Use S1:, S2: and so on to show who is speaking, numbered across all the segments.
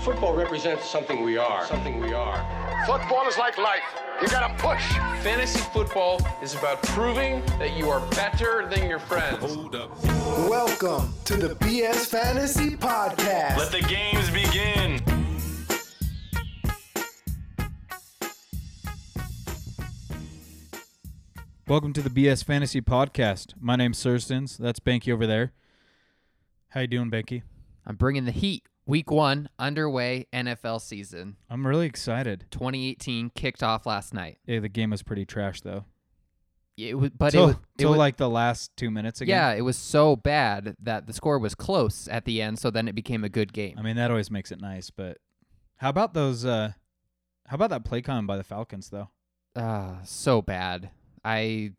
S1: Football represents something we are. Something we are.
S2: Football is like life. You gotta push.
S3: Fantasy football is about proving that you are better than your friends.
S4: Hold up.
S5: Welcome to the BS Fantasy Podcast.
S6: Let the games begin.
S7: Welcome to the BS Fantasy Podcast. My name's Surstins. That's Banky over there. How you doing, Banky?
S8: I'm bringing the heat. Week one underway. NFL season
S7: I'm really excited.
S8: 2018 kicked off last night.
S7: Yeah, the game was pretty trash though.
S8: It was, but it
S7: Till,
S8: was, it
S7: till
S8: was
S7: like the last two minutes again.
S8: yeah, it was so bad that the score was close at the end. So then it became a good game.
S7: I mean that always makes it nice, but how about those? uh How about that play con by the Falcons though?
S8: Ah, so bad. I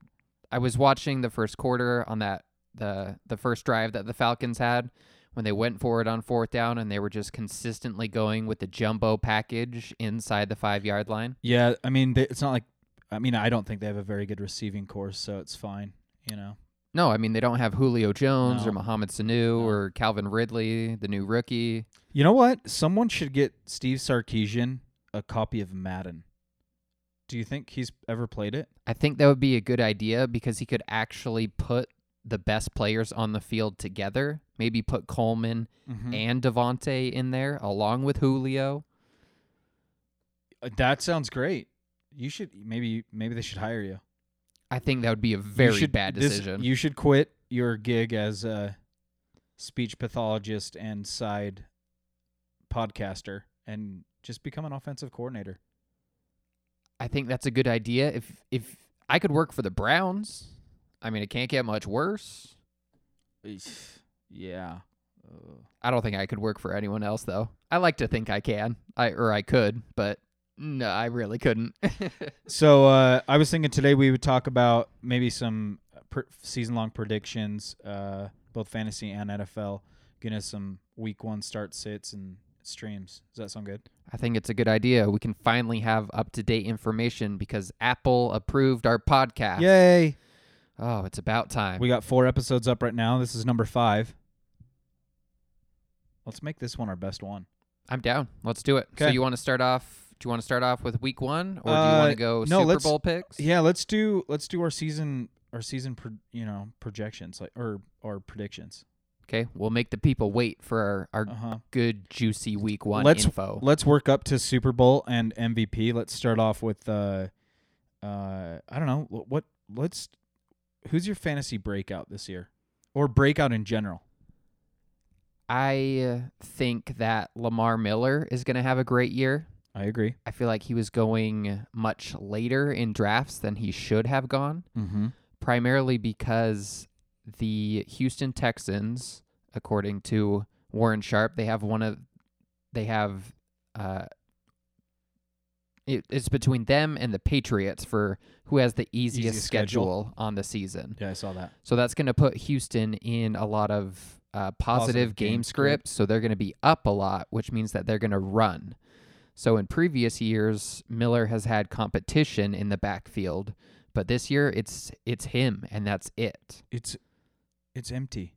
S8: I was watching the first quarter on that the the first drive that the Falcons had when they went for it on fourth down and they were just consistently going with the jumbo package inside the five yard line.
S7: Yeah, I mean they, it's not like. I mean I don't think they have a very good receiving course, so it's fine. You know.
S8: No, I mean they don't have Julio Jones or
S7: No.
S8: Mohamed Sanu or Calvin Ridley, the new rookie.
S7: You know what? Someone should get Steve Sarkeesian a copy of Madden. Do you think he's ever played it?
S8: I think that would be a good idea because he could actually put the best players on the field together. Maybe put Coleman
S7: Mm-hmm.
S8: and Devontae in there along with Julio.
S7: Uh, That sounds great. You should maybe maybe they should hire you.
S8: I think that would be a
S7: You
S8: very
S7: should-
S8: bad
S7: this-
S8: decision.
S7: you should quit your gig as a speech pathologist and side podcaster and just become an offensive coordinator.
S8: I think that's a good idea. If if I could work for the Browns, I mean it can't get much worse.
S7: Yeah.
S8: I don't think I could work for anyone else though. I like to think I can. I or I could, but no, I really couldn't.
S7: So uh, I was thinking today we would talk about maybe some per- season-long predictions, uh, both fantasy and NFL. Getting us some week one start sits and streams. Does that sound good?
S8: I think it's a good idea. We can finally have up to date information because Apple approved our podcast.
S7: Yay!
S8: Oh, it's about time.
S7: We got four episodes up right now. This is number five. Let's make this one our best one.
S8: I'm down. Let's do it. So
S7: Okay.
S8: you want to start off? Do you want to start off with week one, or do you
S7: Uh,
S8: want to go
S7: no,
S8: Super
S7: let's-
S8: Bowl picks?
S7: Yeah, let's do let's do our season our season pro, you know projections like or or predictions.
S8: Okay, we'll make the people wait for our, our
S7: Uh-huh.
S8: good juicy week one
S7: let's
S8: info.
S7: let's work up to Super Bowl and MVP. Let's start off with uh uh I don't know wh- what let's who's your fantasy breakout this year or breakout in general.
S8: I uh, think that Lamar Miller is going to have a great year.
S7: I agree.
S8: I feel like he was going much later in drafts than he should have gone.
S7: Mm-hmm.
S8: primarily because the Houston Texans, according to Warren Sharp, they have one of they have uh it, it's between them and the Patriots for who has the easiest,
S7: Easiest schedule.
S8: schedule. on the season.
S7: Yeah, I saw that.
S8: So that's going to put Houston in a lot of uh, positive,
S7: Positive game
S8: game, scripts. So they're going to be up a lot, which means that they're going to run. So in previous years, Miller has had competition in the backfield, but this year it's it's him and that's it.
S7: It's it's empty.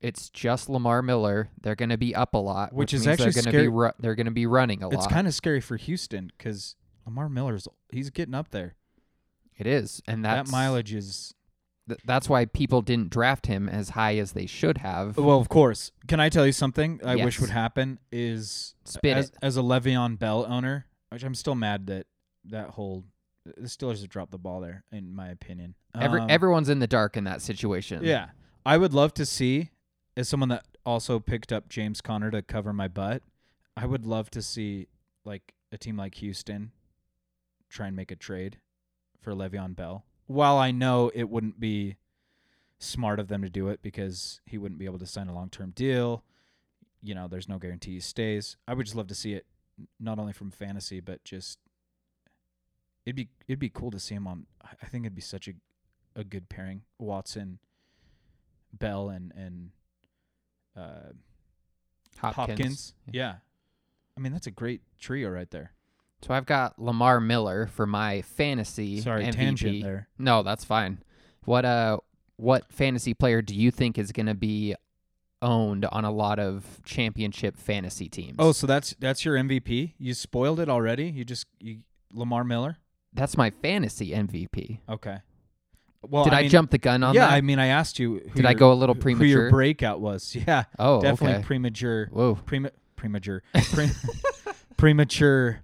S8: It's just Lamar Miller. They're going to be up a lot,
S7: Which
S8: which,
S7: is
S8: means
S7: actually
S8: they're going to
S7: scary-
S8: be ru- they're going to be running a
S7: It's
S8: lot.
S7: kind of scary for Houston cuz Lamar Miller's he's getting up there.
S8: it is, and that's
S7: that mileage is
S8: th- that's why people didn't draft him as high as they should have.
S7: Well, of course. Can I tell you something I wish
S8: Yes.
S7: would happen is
S8: Spit
S7: as,
S8: it.
S7: as a Le'Veon Bell owner, which I'm still mad that that whole the Steelers have dropped the ball there, in my opinion.
S8: Every,
S7: Um,
S8: everyone's in the dark in that situation.
S7: yeah, I would love to see as someone that also picked up James Conner to cover my butt. I would love to see like a team like Houston try and make a trade for Le'Veon Bell. While I know it wouldn't be smart of them to do it because he wouldn't be able to sign a long term deal. You know, there's no guarantee he stays. I would just love to see it n- not only from fantasy, but just it'd be it'd be cool to see him on I I think it'd be such a a good pairing. Watson, Bell and and uh
S8: Hopkins.
S7: Hopkins. Yeah. I mean that's a great trio right there.
S8: So I've got Lamar Miller for my fantasy
S7: Sorry,
S8: MVP.
S7: tangent there.
S8: No, that's fine. What uh what fantasy player do you think is going to be owned on a lot of championship fantasy teams.
S7: Oh, so that's that's your MVP? You spoiled it already? You just you Lamar Miller?
S8: that's my fantasy MVP.
S7: Okay. Well,
S8: Did I,
S7: mean-
S8: jump the gun on
S7: yeah,
S8: that?
S7: I mean, I asked you. Who
S8: Did I
S7: your-
S8: go a little
S7: Who your
S8: premature?
S7: breakout was? Yeah.
S8: Oh,
S7: definitely
S8: okay.
S7: premature.
S8: Whoa.
S7: Prema- premature. Pre- premature.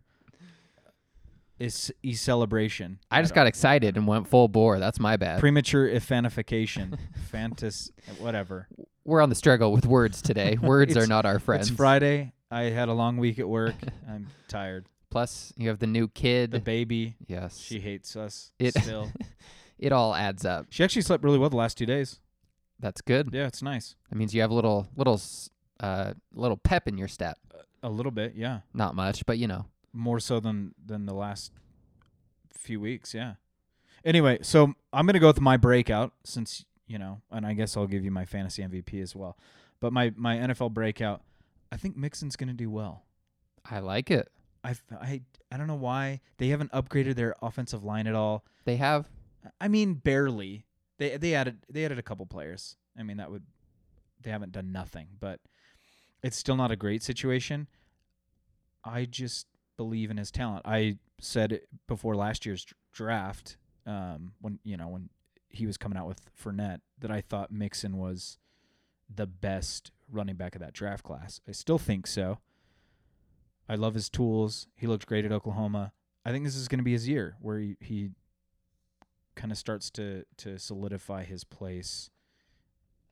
S7: Is e celebration?
S8: I just got excited and went full bore. That's my bad.
S7: premature ifanification, fantas, whatever.
S8: We're on the struggle with words today. Words are
S7: It's-
S8: not our friends.
S7: It's Friday. I had a long week at work. I'm tired.
S8: Plus, you have the new kid.
S7: The baby,
S8: yes.
S7: she hates us
S8: It-
S7: still.
S8: it all adds up.
S7: She actually slept really well the last two days.
S8: That's good.
S7: Yeah, it's nice.
S8: That means you have a little little s- uh little pep in your step.
S7: A little bit, yeah.
S8: Not much, but you know.
S7: more so than than the last few weeks yeah anyway so i'm gonna go with my breakout since you know and i guess i'll give you my fantasy mvp as well but my my nfl breakout i think mixon's gonna do well
S8: I like it.
S7: i i, I don't know why they haven't upgraded their offensive line at all
S8: They have
S7: i mean barely they they added they added a couple players i mean that would they haven't done nothing but it's still not a great situation I just believe in his talent. I said it before last year's dr- draft, um, when you know when he was coming out with Fournette, that I thought Mixon was the best running back of that draft class. I still think so. I love his tools. He looked great at Oklahoma. I think this is going to be his year where he, he kind of starts to to solidify his place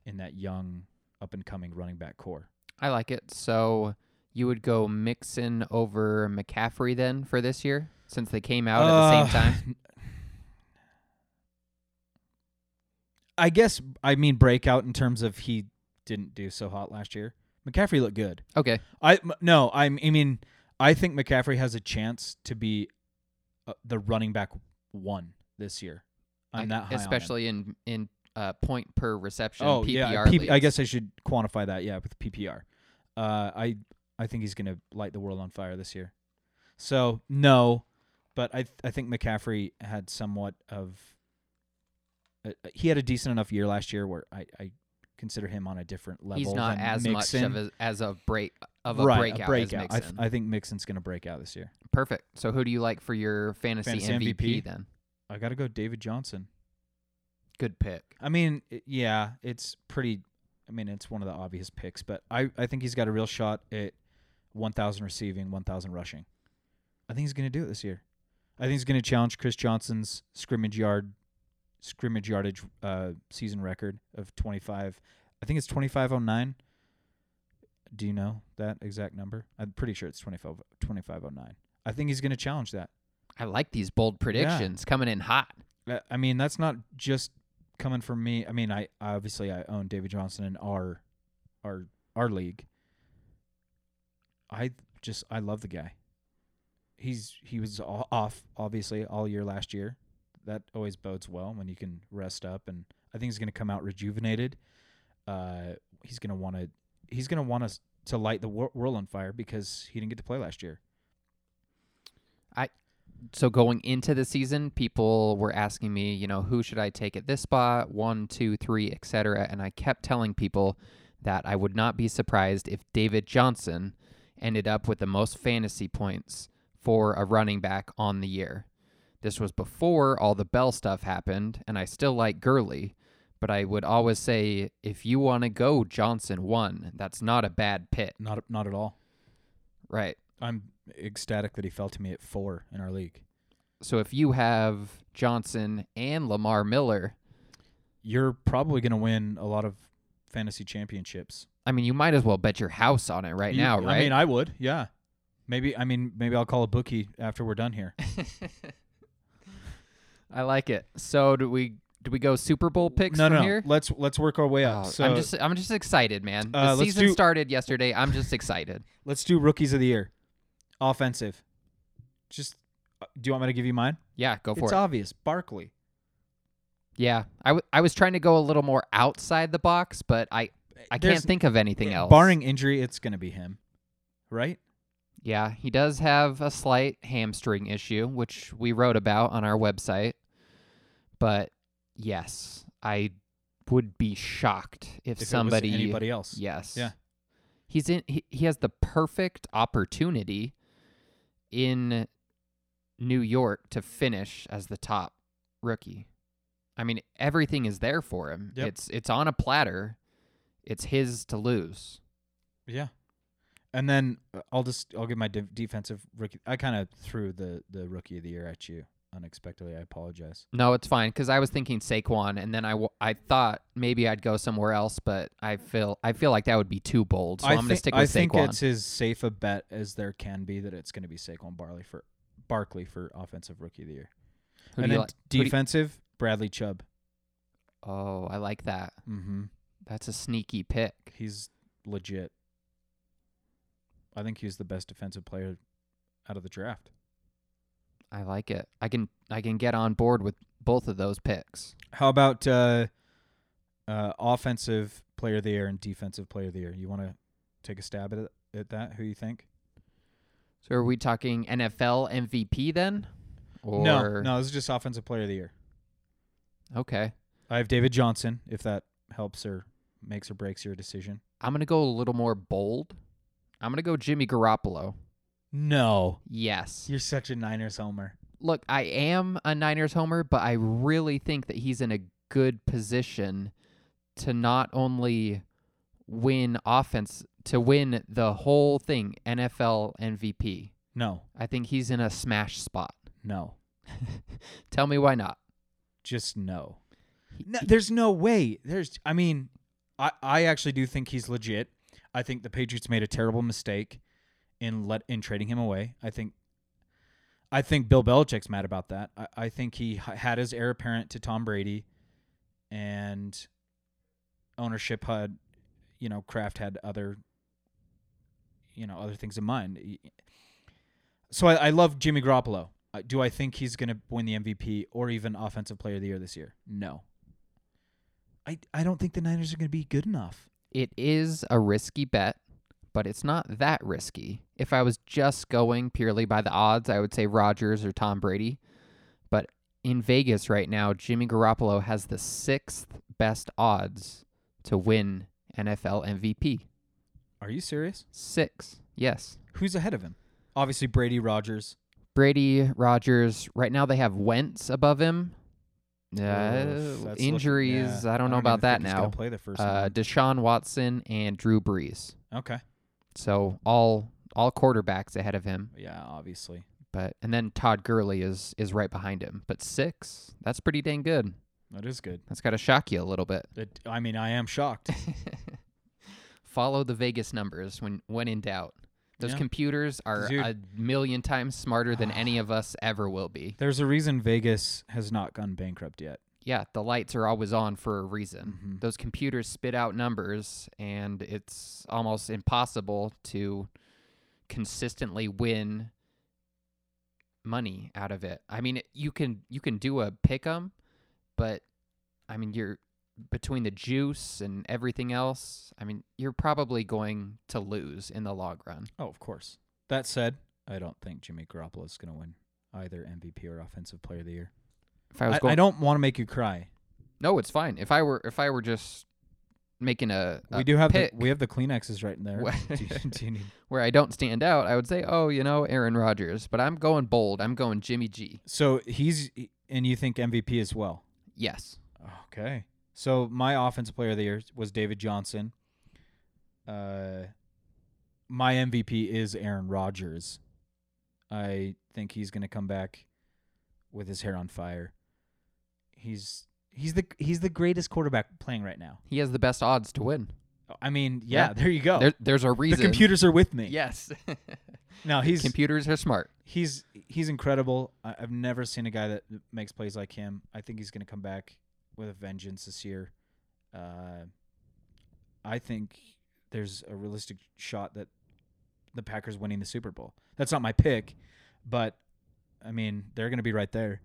S7: in that young up and coming running back core.
S8: I like it. So you would go Mixon over McCaffrey then for this year since they came out at the same time.
S7: Uh, I guess I mean breakout in terms of he didn't do so hot last year. McCaffrey looked good.
S8: Okay.
S7: I m- no, I'm- I mean I think McCaffrey has a chance to be uh, the running back one this year. I'm
S8: I-
S7: that high on him.
S8: especially in in uh, point per reception
S7: Oh
S8: PPR.
S7: yeah, P- I
S8: leagues.
S7: guess I should quantify that. Yeah, with PPR, uh, I I think he's gonna light the world on fire this year. So no, but I I think McCaffrey had somewhat of. Uh, he had a decent enough year last year where I, I consider him on a different level.
S8: he's not
S7: than
S8: as
S7: Mixon.
S8: much of a, as a break of a
S7: right,
S8: breakout,
S7: A breakout.
S8: as
S7: I, th-
S8: Mixon.
S7: I think Mixon's gonna break out this year.
S8: Perfect. So who do you like for your fantasy,
S7: Fantasy
S8: MVP,
S7: MVP?
S8: then?
S7: I gotta go David Johnson.
S8: Good pick.
S7: I mean, i- yeah, it's pretty. I mean, it's one of the obvious picks, but I, I think he's got a real shot at 1,000 receiving, 1,000 rushing. I think he's going to do it this year. I think he's going to challenge Chris Johnson's scrimmage yard, scrimmage yardage uh, season record of 25. I think it's 2509. Do you know that exact number? I'm pretty sure it's 25, 2509. I think he's going to challenge that.
S8: I like these bold predictions coming in hot.
S7: Uh, I- I mean, that's not just coming from me. I mean, I I obviously I own David Johnson in our our our league. I just I love the guy. He's he was o- off obviously all year last year. That always bodes well when you can rest up, and I think he's going to come out rejuvenated. Uh, he's going to want to he's going to want us to light the wor- world on fire because he didn't get to play last year.
S8: So going into the season, people were asking me, you know, who should I take at this spot, one, two, three, etc. And I kept telling people that I would not be surprised if David Johnson ended up with the most fantasy points for a running back on the year. This was before all the Bell stuff happened, and I still like Gurley, but I would always say if you want to go Johnson one, that's not a bad pit,
S7: Not not at all.
S8: right?
S7: I'm ecstatic that he fell to me at four in our league.
S8: So if you have Johnson and Lamar Miller,
S7: you're probably going to win a lot of fantasy championships
S8: I mean, you might as well bet your house on it right
S7: You-
S8: now, right?
S7: I mean, I would. Yeah. Maybe. I mean, maybe I'll call a bookie after we're done here.
S8: I like it. So do we? Do we go Super Bowl picks
S7: no,
S8: from
S7: no, no.
S8: here?
S7: Let's let's work our way
S8: Oh,
S7: up. so
S8: I'm just, I'm just excited, man.
S7: Uh,
S8: the
S7: let's
S8: season
S7: do-
S8: started yesterday. I'm just excited.
S7: let's do rookies of the year, offensive. Just uh, do you want me to give you mine?
S8: Yeah, go for
S7: it's
S8: it.
S7: obvious. Barkley.
S8: yeah, I, w- I was trying to go a little more outside the box, but I, I can't
S7: There's-
S8: think of anything else.
S7: Barring injury, it's going to be him, right?
S8: Yeah, he does have a slight hamstring issue, which we wrote about on our website. But yes, I would be shocked if,
S7: If
S8: somebody
S7: it was anybody else.
S8: Yes.
S7: Yeah.
S8: He's in he, he has the perfect opportunity in New York to finish as the top rookie. I mean, everything is there for him.
S7: Yep.
S8: It's it's on a platter. It's his to lose.
S7: Yeah. And then uh, I'll just I'll give my de- defensive rookie. I kind of threw the the rookie of the year at you unexpectedly. I apologize.
S8: No, it's fine cuz I was thinking Saquon and then I, w- I thought maybe I'd go somewhere else, but I feel I feel like that would be too bold. So
S7: I
S8: am going to
S7: think-
S8: stick
S7: I
S8: with
S7: think
S8: Saquon.
S7: it's as safe a bet as there can be that it's going to be Saquon Barley for Barkley for offensive rookie of the year.
S8: Who do
S7: and
S8: you
S7: then
S8: like- who do you-
S7: defensive Bradley Chubb.
S8: Oh, I like that.
S7: Mm-hmm.
S8: That's a sneaky pick.
S7: He's legit. I think he's the best defensive player out of the draft.
S8: I like it. I can I can get on board with both of those picks.
S7: How about uh, uh, offensive player of the year and defensive player of the year? You want to take a stab at, it, at that? Who you think?
S8: So are we talking NFL MVP then? Or
S7: no, no, this is just offensive player of the year.
S8: Okay.
S7: I have David Johnson, if that helps or makes or breaks your decision.
S8: I'm gonna go a little more bold. I'm gonna go Jimmy Garoppolo.
S7: No.
S8: Yes.
S7: You're such a Niners homer.
S8: Look, I am a Niners homer, but I really think that he's in a good position to not only win offense to win the whole thing, NFL MVP.
S7: No,
S8: I think he's in a smash spot.
S7: no,
S8: Tell me why not.
S7: just no. no there's no way. There's, I mean, I, I actually do think he's legit. I think the Patriots made a terrible mistake in let in trading him away. I think, I think Bill Belichick's mad about that. I, I think he h- had his heir apparent to Tom Brady, and ownership had, you know, Kraft had other, you know, other things in mind. Y- So I, I love Jimmy Garoppolo. Uh, Do I think he's going to win the MVP or even Offensive Player of the Year this year? No. I, I don't think the Niners are going to be good enough.
S8: it is a risky bet, but it's not that risky. If I was just going purely by the odds, I would say Rodgers or Tom Brady. But in Vegas right now, Jimmy Garoppolo has the sixth best odds to win NFL MVP.
S7: Are you serious?
S8: Six, yes.
S7: Who's ahead of him? Obviously Brady, Rogers.
S8: Brady, Rodgers. Right now, they have Wentz above him.
S7: Oof,
S8: Uh,
S7: that's looking-
S8: injuries.
S7: yeah,
S8: I don't know about
S7: even
S8: that
S7: think he's gonna
S8: now.
S7: Play the first
S8: Uh,
S7: round.
S8: Deshaun Watson and Drew Brees.
S7: Okay.
S8: So all all quarterbacks ahead of him.
S7: Yeah, obviously.
S8: but and then Todd Gurley is is right behind him. But six, that's pretty dang good.
S7: That is good.
S8: That's got to shock you a little bit.
S7: That I mean, I am shocked.
S8: Follow the Vegas numbers when when in doubt. Those
S7: Yeah.
S8: computers are
S7: Dude.
S8: a million times smarter than any of us ever will be.
S7: There's a reason Vegas has not gone bankrupt yet.
S8: Yeah, the lights are always on for a reason.
S7: Mm-hmm.
S8: Those computers spit out numbers, and it's almost impossible to consistently win money out of it. I mean, you can you can do a pick 'em, but I mean, you're between the juice and everything else. I mean, you're probably going to lose in the long run.
S7: Oh, of course. That said, I don't think Jimmy Garoppolo is going to win either MVP or Offensive Player of the Year.
S8: If I was
S7: I,
S8: going,
S7: I don't want to make you cry.
S8: No, it's fine. If I were if I were just making a, a
S7: we do have
S8: Uh, pick,
S7: the we have the Kleenexes right in there.
S8: What?
S7: do, you, do you need?
S8: where I don't stand out, I would say, oh, you know, Aaron Rodgers. But I'm going bold. I'm going Jimmy G.
S7: So he's and you think MVP as well.
S8: Yes.
S7: Okay. So my offensive player of the year was David Johnson. Uh, my MVP is Aaron Rodgers. I think he's going to come back with his hair on fire. He's he's the he's the greatest quarterback playing right now.
S8: He has the best odds to win.
S7: I mean, yeah,
S8: Yeah.
S7: there you go.
S8: There, there's a
S7: Oh. the
S8: reason.
S7: computers are with me.
S8: Yes.
S7: No, he's
S8: Computers are smart.
S7: he's he's incredible. I, I've never seen a guy that makes plays like him. I think he's going to come back with a vengeance this year. Uh, I think there's a realistic shot that the Packers winning the Super Bowl. That's not my pick, but I mean they're going to be right there.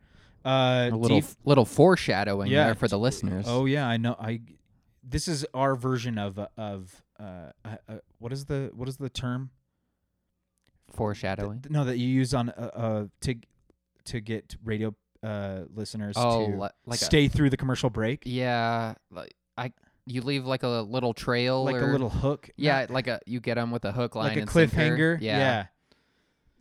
S7: Uh,
S8: A little
S7: def-
S8: little foreshadowing
S7: Yeah.
S8: there for the listeners.
S7: oh yeah, I know. I this is our version of of uh, uh, uh, what is the what is the term?
S8: foreshadowing.
S7: Th- no, that you use on uh, uh to to get radio uh listeners
S8: oh,
S7: to
S8: li- like a-
S7: stay through the commercial break.
S8: yeah, like I you leave like a little trail,
S7: like a
S8: or-
S7: little hook.
S8: yeah,
S7: not-
S8: like a you get them with a hook line,
S7: like a
S8: and sinker.
S7: cliffhanger.
S8: Yeah,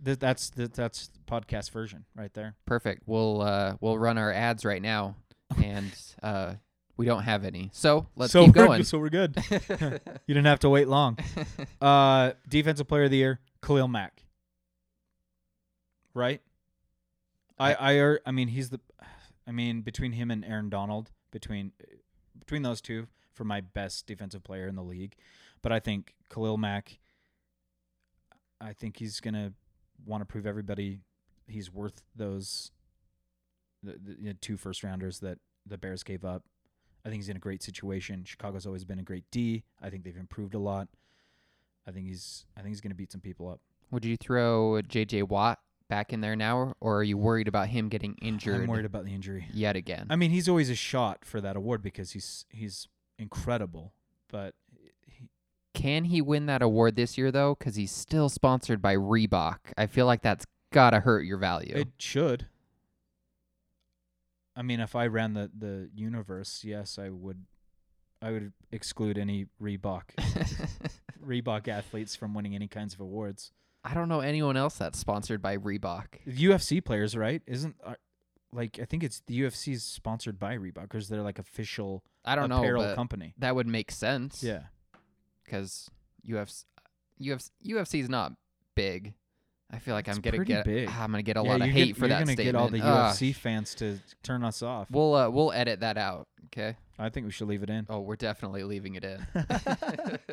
S7: Th- that's th- that's the podcast version right there.
S8: perfect. We'll uh we'll run our ads right now, and uh we don't have any, so let's
S7: so
S8: keep
S7: we're,
S8: going.
S7: So we're good. you didn't have to wait long. Uh, defensive player of the year, Khalil Mack. Right. I I are, I mean he's the, I mean between him and Aaron Donald between between those two for my best defensive player in the league, but I think Khalil Mack. I think he's gonna want to prove everybody he's worth those the, the you know, two first rounders that the Bears gave up. I think he's in a great situation. Chicago's always been a great D. I think they've improved a lot. I think he's I think he's going to beat some people up.
S8: Would you throw J.J. Watt back in there now, or are you worried about him getting injured
S7: I'm worried about the injury.
S8: yet again?
S7: I mean, he's always a shot for that award because he's he's incredible, but he,
S8: Can he win that award this year though? Because he's still sponsored by Reebok. I feel like that's gotta hurt your value.
S7: it should. I mean, if I ran the the universe, yes, I would I would exclude any Reebok Reebok athletes from winning any kinds of awards.
S8: I don't know anyone else that's sponsored by Reebok.
S7: UFC players, right? Isn't uh, like I think it's the UFC's sponsored by Reebok because they're like official
S8: I don't
S7: apparel
S8: know. but
S7: company.
S8: That would make sense.
S7: Yeah,
S8: Because UFC, UFC, UFC is not big. I feel like
S7: It's
S8: I'm gonna
S7: pretty
S8: get.
S7: big.
S8: ah, I'm gonna get a
S7: Yeah,
S8: lot of
S7: you're
S8: hate
S7: get-
S8: for
S7: you're
S8: that
S7: gonna
S8: statement.
S7: get all the
S8: Ah,
S7: UFC fans to turn us off.
S8: We'll uh, we'll edit that out. Okay.
S7: I think we should leave it in.
S8: Oh, we're definitely leaving it in.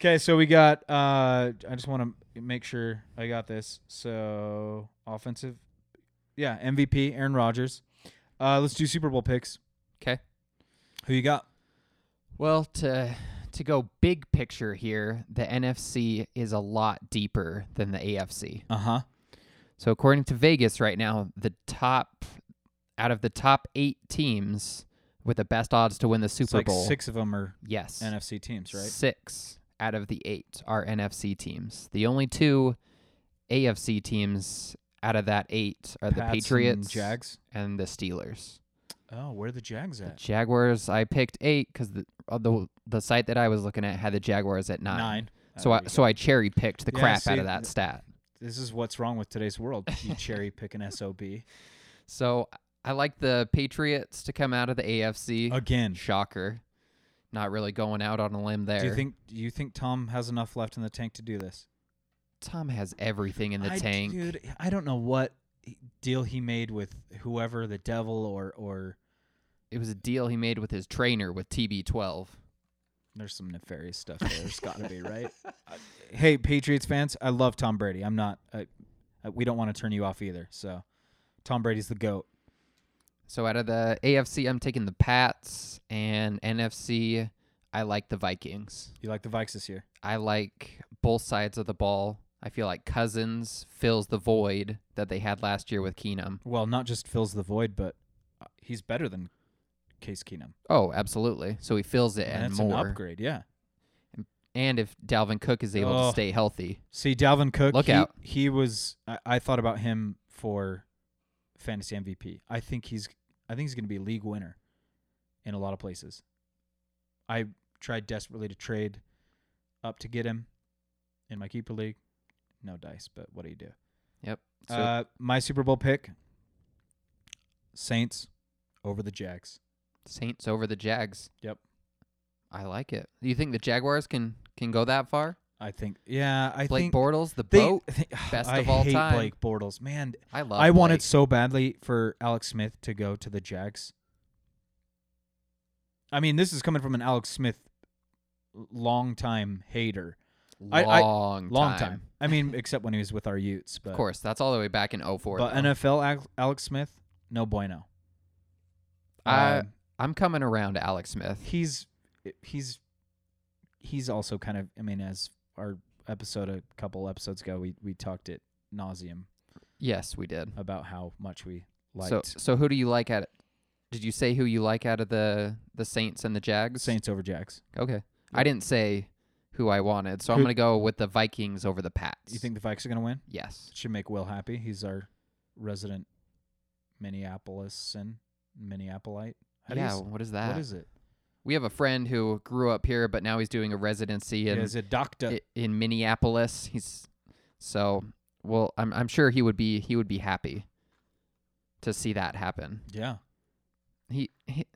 S7: Okay, so we got. uh I just want to make sure I got this. So offensive, yeah, MVP Aaron Rodgers. Uh, let's do Super Bowl picks.
S8: Okay.
S7: Who you got?
S8: Well, to to go big picture here, the NFC is a lot deeper than the AFC.
S7: Uh huh.
S8: So according to Vegas right now, the top out of the top 8 teams with the best odds to win the Super
S7: like
S8: Bowl.
S7: six of them are
S8: yes.
S7: NFC teams, right?
S8: 6 out of the 8 are NFC teams. The only two AFC teams out of that 8 are the
S7: Pats and
S8: Patriots
S7: Jags.
S8: and the Steelers.
S7: Oh, where are the Jags at?
S8: Jaguars, I picked 8 cuz the, uh, the the site that I was looking at had the Jaguars at 9.
S7: Nine.
S8: So
S7: Oh,
S8: I
S7: there you
S8: so I cherry picked the
S7: Yeah,
S8: crap out
S7: see,
S8: of that
S7: th-
S8: stat.
S7: this is what's wrong with today's world. You cherry pick an SOB.
S8: So I like the Patriots to come out of the AFC.
S7: Again.
S8: Shocker. Not really going out on a limb there.
S7: Do you think do you think Tom has enough left in the tank to do this?
S8: Tom has everything in the
S7: I-
S8: tank?
S7: Dude, I don't know what deal he made with whoever, the devil or or
S8: It was a deal he made with his trainer with TB12.
S7: there's some nefarious stuff there. There's got to be, right? I- hey, Patriots fans, I love Tom Brady. I'm not I, I, we don't want to turn you off either. So, Tom Brady's the goat.
S8: So out of the AFC, I'm taking the Pats and NFC. I like the Vikings.
S7: You like the Vikes this year?
S8: I like both sides of the ball. I feel like Cousins fills the void that they had last year with Keenum.
S7: Well, not just fills the void, but uh, he's better than Case Keenum.
S8: Oh, absolutely. So he fills it and
S7: That's
S8: more.
S7: an upgrade, yeah.
S8: And if Dalvin Cook is able
S7: Oh.
S8: to stay healthy,
S7: See, Dalvin Cook,
S8: Look
S7: he,
S8: out.
S7: he was. I, I thought about him for fantasy MVP. I think he's. I think he's going to be a league winner in a lot of places. I tried desperately to trade up to get him in my keeper league. No dice, but what do you do?
S8: yep. So
S7: uh, my Super Bowl pick: Saints over the Jags.
S8: Saints over the Jags.
S7: Yep.
S8: I like it. Do you think the Jaguars can can go that far?
S7: I think. Yeah, I
S8: Blake
S7: think
S8: Bortles, the
S7: they-
S8: boat. best
S7: I
S8: of all
S7: hate
S8: time.
S7: Blake Bortles, man.
S8: I love.
S7: I wanted
S8: Blake.
S7: so badly for Alex Smith to go to the Jags. I mean, this is coming from an Alex Smith longtime hater. I- I-
S8: long,
S7: Long time. I mean, except when he was with our Utes, but
S8: Of course, that's all the way back in 04.
S7: But
S8: though.
S7: NFL Al- Alex Smith, no bueno.
S8: I,
S7: Um,
S8: I'm coming around to Alex Smith.
S7: he's he's he's also kind of. I mean, as our episode a couple episodes ago, we we talked at nauseum
S8: Yes, we did.
S7: about how much we liked
S8: So so who do you like at? Did you say who you like out of the the Saints and the Jags?
S7: Saints over Jags.
S8: Okay. I didn't say who I wanted, so I'm
S7: Who-
S8: gonna go with the Vikings over the Pats.
S7: You think the Vikes are going to win?
S8: Yes.
S7: should make Will happy. He's our resident Minneapolis and Minneapolite. How do you
S8: yeah. uh,
S7: s-
S8: What is that?
S7: What is it?
S8: we have a friend who grew up here, but now he's doing a residency in
S7: Is a doctor.
S8: i- in Minneapolis. He's so well. I'm I'm sure he would be he would be happy to see that happen.
S7: yeah.
S8: He. he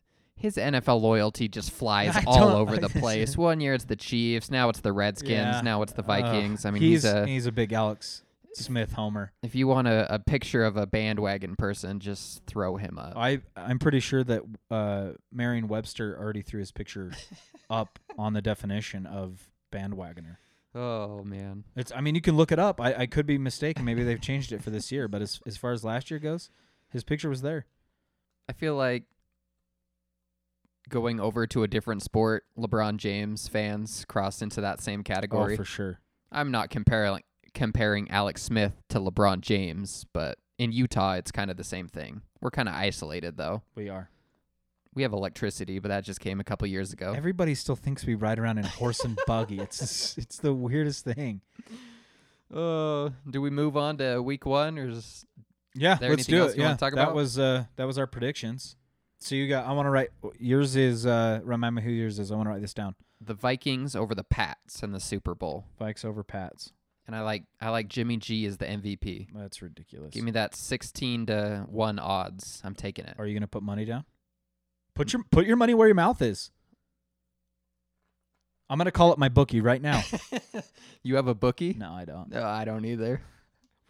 S8: his NFL loyalty just flies
S7: I
S8: all
S7: don't-
S8: over the place. One year it's the Chiefs, now it's the Redskins,
S7: Yeah.
S8: now it's the
S7: Ugh.
S8: Vikings. I mean, he's, a
S7: he's a big Alex Smith homer.
S8: if you want a, a picture of a bandwagon person, just throw him up.
S7: I I'm pretty sure that uh, Marion Webster already threw his picture up on the definition of bandwagoner.
S8: Oh man.
S7: It's I mean you can look it up. I, I could be mistaken. Maybe they've changed it for this year, but as as far as last year goes, his picture was there.
S8: I feel like going over to a different sport, LeBron James fans cross into that same category.
S7: Oh, for sure.
S8: I'm not comparing comparing Alex Smith to LeBron James, but in Utah it's kind of the same thing. We're kind of isolated though.
S7: We are.
S8: We have electricity, but that just came a couple years ago.
S7: Everybody still thinks we ride around in horse and buggy. It's it's the weirdest thing.
S8: uh, do we move on to week 1 or is
S7: Yeah,
S8: there
S7: let's
S8: anything
S7: do
S8: else
S7: it.
S8: you
S7: yeah,
S8: wanna talk
S7: that
S8: about?
S7: was uh, that was our predictions. So you got. I want to write yours is. Uh, remind me who yours is. I want to write this down.
S8: the Vikings over the Pats in the Super Bowl?
S7: Vikes over Pats.
S8: And I like I like Jimmy G as the MVP.
S7: That's ridiculous.
S8: Give me that 16 to 1 odds. I'm taking it.
S7: Are you gonna put money down?
S8: Mm.
S7: Put your put your money where your mouth is. I'm gonna call up my bookie right now.
S8: You have a bookie?
S7: no, I don't.
S8: No, I don't either.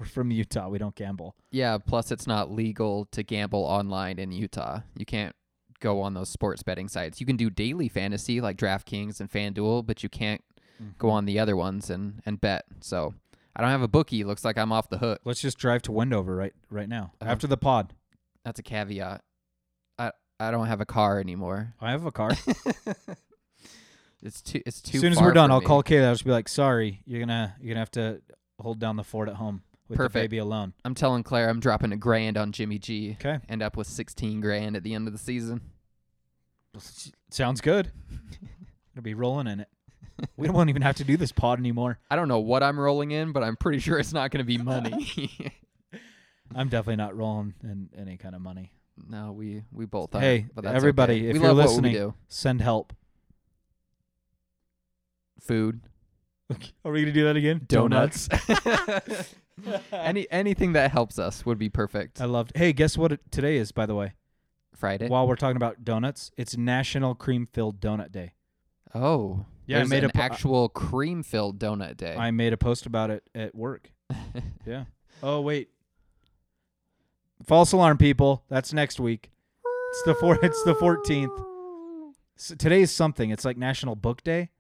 S7: We're from Utah. We don't gamble.
S8: Yeah, plus it's not legal to gamble online in Utah. You can't go on those sports betting sites. You can do daily fantasy like DraftKings and FanDuel, but you can't
S7: Mm-hmm.
S8: go on the other ones and, and bet. So I don't have a bookie. Looks like I'm off the hook.
S7: Let's just drive to Wendover right right now
S8: Um,
S7: after the pod.
S8: That's a caveat. I I don't have a car anymore.
S7: I have a car.
S8: It's too it's too
S7: as soon as
S8: far
S7: we're done,
S8: for
S7: I'll
S8: me.
S7: call Kayla. I'll just be like, "Sorry, you're gonna you're gonna have to hold down the fort at home with the
S8: Perfect.
S7: baby alone."
S8: I'm telling Claire I'm dropping a grand on Jimmy G.
S7: Okay,
S8: End up with 16 grand at the end of the season.
S7: sounds good. Gonna be rolling in it. We won't even have to do this pod anymore.
S8: I don't know what I'm rolling in, but I'm pretty sure it's not going to be money.
S7: I'm definitely not rolling in any kind of money.
S8: no, we we both are.
S7: hey,
S8: but that's
S7: everybody,
S8: okay.
S7: if
S8: we
S7: you're
S8: love
S7: listening,
S8: what we do.
S7: send help.
S8: Food,
S7: Are we gonna do that again?
S8: donuts. Any anything that helps us would be perfect.
S7: I loved. Hey, guess what it- today is? By the way,
S8: Friday.
S7: while we're talking about donuts, it's National Cream Filled Donut Day.
S8: oh,
S7: Yeah, I
S8: there's
S7: made
S8: an
S7: a po- uh I-
S8: actual cream filled donut day.
S7: I made a post about it at work. yeah. Oh wait. False alarm, people. That's next week. It's the four. It's the fourteenth. So today's something. It's like National Book Day.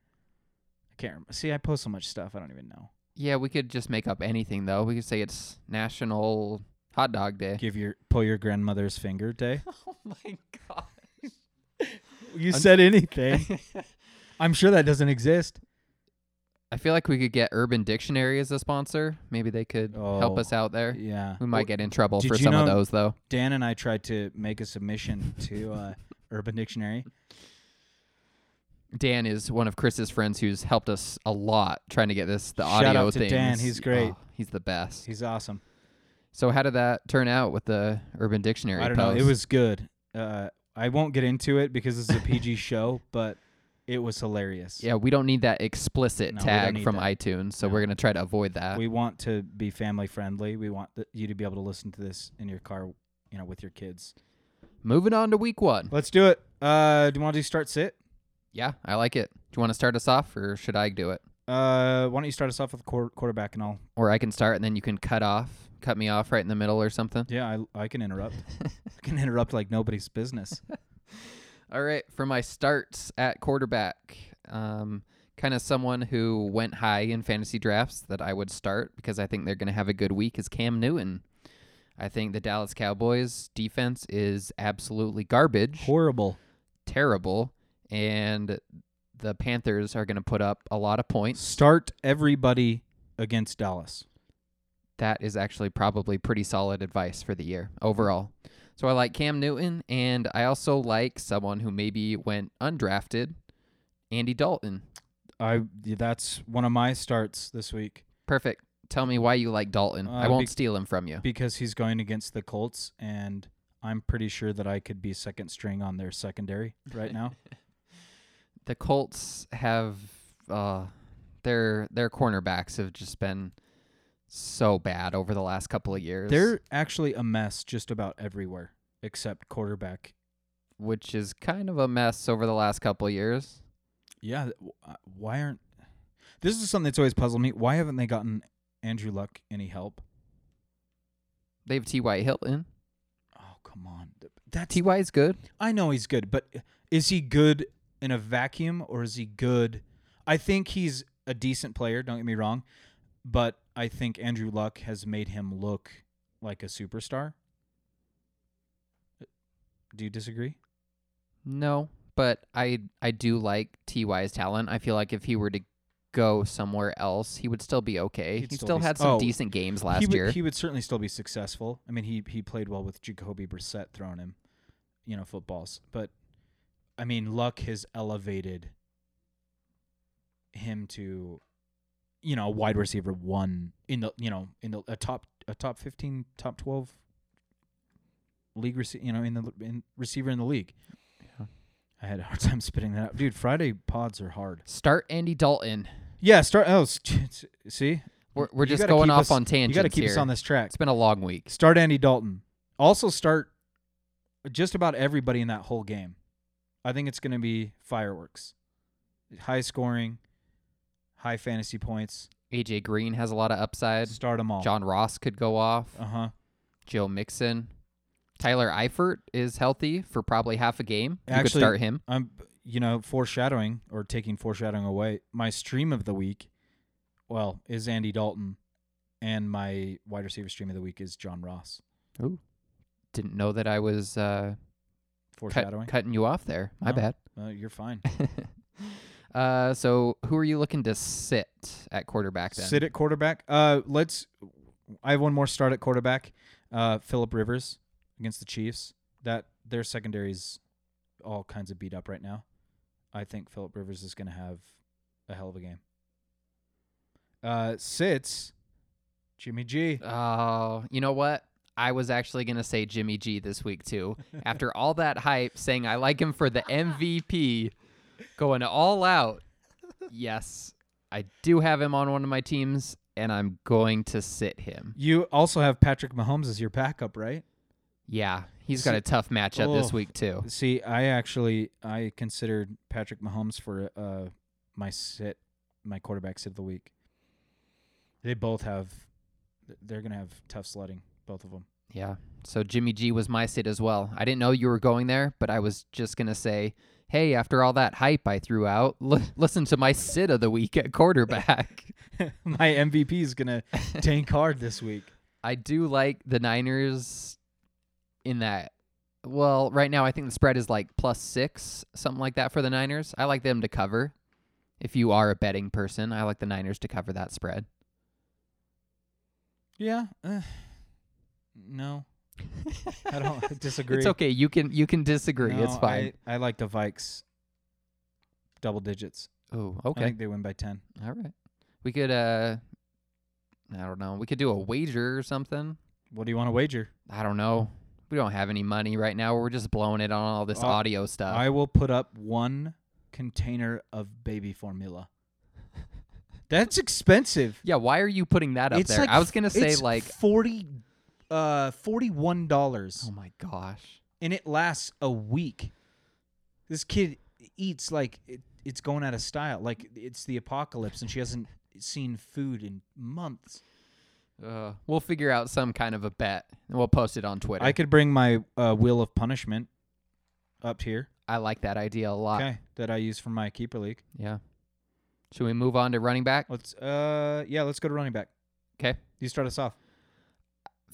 S7: I can't remember. See, I post so much stuff. I don't even know.
S8: yeah, we could just make up anything though. We could say it's National Hot Dog Day.
S7: Give your pull your grandmother's finger day.
S8: Oh my god.
S7: You said anything. I'm sure that doesn't exist.
S8: I feel like we could get Urban Dictionary as a sponsor. Maybe they could help
S7: Oh,
S8: us out there.
S7: Yeah.
S8: We might get in trouble
S7: did
S8: for
S7: you
S8: some of
S7: know-
S8: those though.
S7: Dan and I tried to make a submission to uh, Urban Dictionary.
S8: Dan is one of Chris's friends who's helped us a lot trying to get this the
S7: Shout
S8: audio
S7: out to
S8: things. Oh,
S7: Dan, he's great.
S8: he's the best.
S7: He's awesome.
S8: so how did that turn out with the Urban Dictionary?
S7: I don't know. It
S8: post?
S7: was good. Uh, I won't get into it because this is a PG show, but it was hilarious.
S8: yeah. We don't need that explicit
S7: No, we don't
S8: tag
S7: need
S8: from
S7: that.
S8: iTunes, so we're gonna try to avoid that.
S7: We want to be family friendly. We want th- you to be able to listen to this in your car, you know, with your kids.
S8: Moving on to week one.
S7: Let's do it. Uh, do you want to do start sit?
S8: Yeah, I like it. Do you want to start us off, or should I do it?
S7: Uh, why don't you start us off with quar- quarterback and all?
S8: Or I can start and then you can cut off, cut me off right in the middle or something.
S7: Yeah, I, I can interrupt. I can interrupt like nobody's business.
S8: All right, for my starts at quarterback, um, kind of someone who went high in fantasy drafts that I would start because I think they're going to have a good week is Cam Newton. I think the Dallas Cowboys defense is absolutely garbage,
S7: Horrible.
S8: terrible, and the Panthers are going to put up a lot of points.
S7: Start everybody against Dallas.
S8: That is actually probably pretty solid advice for the year overall. So I like Cam Newton, and I also like someone who maybe went undrafted, Andy Dalton.
S7: I that's one of my starts this week
S8: Perfect. Tell me why you like Dalton. I
S7: Uh,
S8: won't
S7: be-
S8: steal him from you.
S7: because he's going against the Colts and I'm pretty sure that I could be second string on their secondary right now.
S8: the Colts have uh, their their cornerbacks have just been so bad over the last couple of years.
S7: They're actually a mess just about everywhere except quarterback.
S8: which is kind of a mess over the last couple of years.
S7: Yeah, th- w- uh, why aren't This is something that's always puzzled me. Why haven't they gotten Andrew Luck any help?
S8: They have T. Y. Hilton.
S7: Oh, come on. Th- That's
S8: T. Y. is good.
S7: I know he's good, but is he good in a vacuum or is he good? I think he's a decent player, don't get me wrong, but I think Andrew Luck has made him look like a superstar. Do you disagree?
S8: No, but I I do like T. Y.'s talent. I feel like if he were to go somewhere else, he would still be okay.
S7: He'd
S8: he
S7: still
S8: still
S7: be-
S8: had some
S7: oh,
S8: decent games last
S7: he would,
S8: year.
S7: He would certainly still be successful. I mean, he he played well with Jacoby Brissett throwing him, you know, footballs. But I mean, Luck has elevated him to, you know, a wide receiver one in the you know in the a top a top fifteen, top twelve league receiver, you know, in the in receiver in the league. I had a hard time spitting that out, dude. Friday pods are hard.
S8: Start Andy Dalton.
S7: Yeah, start. Oh, s- see,
S8: We're, we're
S7: You
S8: just
S7: gotta
S8: going
S7: keep
S8: off
S7: us-
S8: on tangents
S7: You got to keep
S8: here.
S7: us on this track.
S8: It's been a long week.
S7: Start Andy Dalton. Also start just about everybody in that whole game. I think it's going to be fireworks. High scoring, high fantasy points.
S8: AJ Green has a lot of upside.
S7: Start them all.
S8: John Ross could go off.
S7: Uh-huh.
S8: Joe Mixon. Tyler Eifert is healthy for probably half a game. You could
S7: Actually,
S8: start him.
S7: I'm you know, foreshadowing or taking foreshadowing away. My stream of the week well, is Andy Dalton and my wide receiver stream of the week is John Ross.
S8: Didn't know that I was uh, cut,
S7: Foreshadowing.
S8: cutting you off there. My
S7: No.
S8: bad.
S7: Uh, you're fine.
S8: Uh, so who are you looking to sit at quarterback then?
S7: Sit at quarterback. Uh, let's. I have one more start at quarterback. Uh, Philip Rivers against the Chiefs. That their secondary's all kinds of beat up right now. I think Philip Rivers is going to have a hell of a game. Uh, sits Jimmy G.
S8: Oh, you know what? I was actually gonna say Jimmy G this week too. After all that hype, saying I like him for the MVP, going all out. Yes, I do have him on one of my teams, and I'm going to sit him.
S7: You also have Patrick Mahomes as your backup, right?
S8: Yeah, he's got a tough matchup this
S7: Oof.
S8: week too.
S7: See, I actually I considered Patrick Mahomes for uh my sit my quarterback sit of the week. They both have they're going to have tough sledding, both of them.
S8: Yeah. So Jimmy G was my sit as well. I didn't know you were going there, but I was just going to say, hey, after all that hype I threw out, l- listen to my sit of the week at quarterback.
S7: my MVP is going to tank hard this week.
S8: I do like the Niners in that. Well, right now I think the spread is like plus six, something like that for the Niners. I like them to cover. If you are a betting person, I like the Niners to cover that spread.
S7: Yeah. eh, no. I don't I disagree.
S8: It's okay. You can you can disagree. it's
S7: No,
S8: fine.
S7: I, I like the Vikes double digits.
S8: oh,
S7: I
S8: okay.
S7: think they win by 10.
S8: All right. We could uh I don't know. We could do a wager or something.
S7: What do you want to wager?
S8: I don't know. We don't have any money right now. We're just blowing it on all this
S7: Uh,
S8: audio stuff.
S7: I will put up one container of baby formula. That's expensive.
S8: yeah, why are you putting that up
S7: it's
S8: there?
S7: like
S8: I was going to
S7: f-
S8: say
S7: it's
S8: like
S7: forty, uh, forty-one dollars,
S8: oh my gosh.
S7: and it lasts a week. This kid eats like it, it's going out of style, like it's the apocalypse, and she hasn't seen food in months.
S8: Uh, we'll figure out some kind of a bet and we'll post it on Twitter.
S7: I
S8: I,
S7: could bring my uh, wheel of punishment up here,
S8: like that idea a lot.
S7: okay, that I use for my keeper league.
S8: Yeah. Should we move on to running back?
S7: Let's, uh, yeah, let's go to running back.
S8: Okay.
S7: You start us off.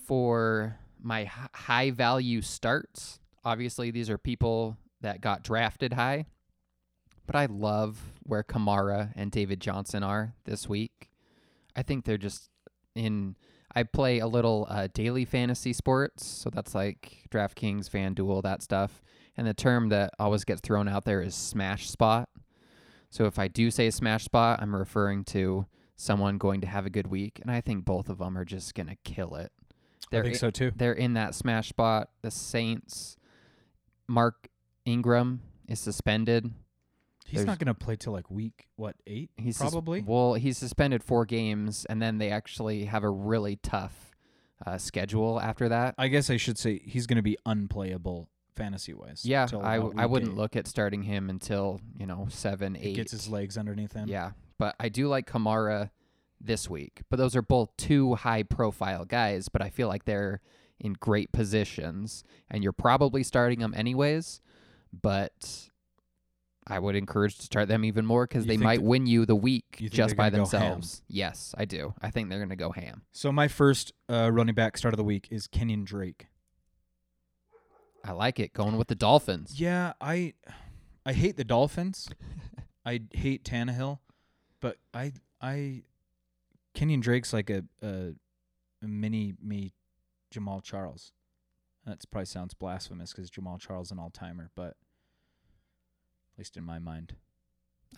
S8: for my h- high value starts. Obviously, these are people that got drafted high, but I love where Kamara and David Johnson are this week. I think they're just in. I play a little uh, daily fantasy sports, so that's like DraftKings, FanDuel, that stuff. And the term that always gets thrown out there is smash spot. So if I do say smash spot, I'm referring to someone going to have a good week, and I think both of them are just gonna kill it. They're
S7: think
S8: i-
S7: so, too.
S8: They're in that smash spot. The Saints, Mark Ingram is suspended.
S7: He's
S8: There's-
S7: not going to play till like week what eight?
S8: He's sus-
S7: probably.
S8: well, he's suspended four games, and then they actually have a really tough uh, schedule after that.
S7: I guess I should say he's going to be unplayable fantasy wise.
S8: yeah,
S7: till
S8: I,
S7: about
S8: w- I
S7: week
S8: wouldn't
S7: eight.
S8: look at starting him until you know seven,
S7: He
S8: eight.
S7: gets his legs underneath him.
S8: yeah, but I do like Kamara this week. But those are both two high-profile guys. But I feel like they're in great positions, and you're probably starting them anyways. But I would encourage to start them even more because
S7: You
S8: they
S7: think
S8: might
S7: th-
S8: win you the week
S7: you think
S8: just
S7: they're
S8: by
S7: gonna go ham?
S8: themselves. Yes, I do. I think they're going to go ham.
S7: So my first uh, running back start of the week is Kenyon Drake.
S8: I like it. Going with the Dolphins.
S7: Yeah, I I hate the Dolphins. I hate Tannehill, but I I Kenyon Drake's like a a, a mini me Jamal Charles. That probably sounds blasphemous because Jamal Charles is an all timer, but at least in my mind,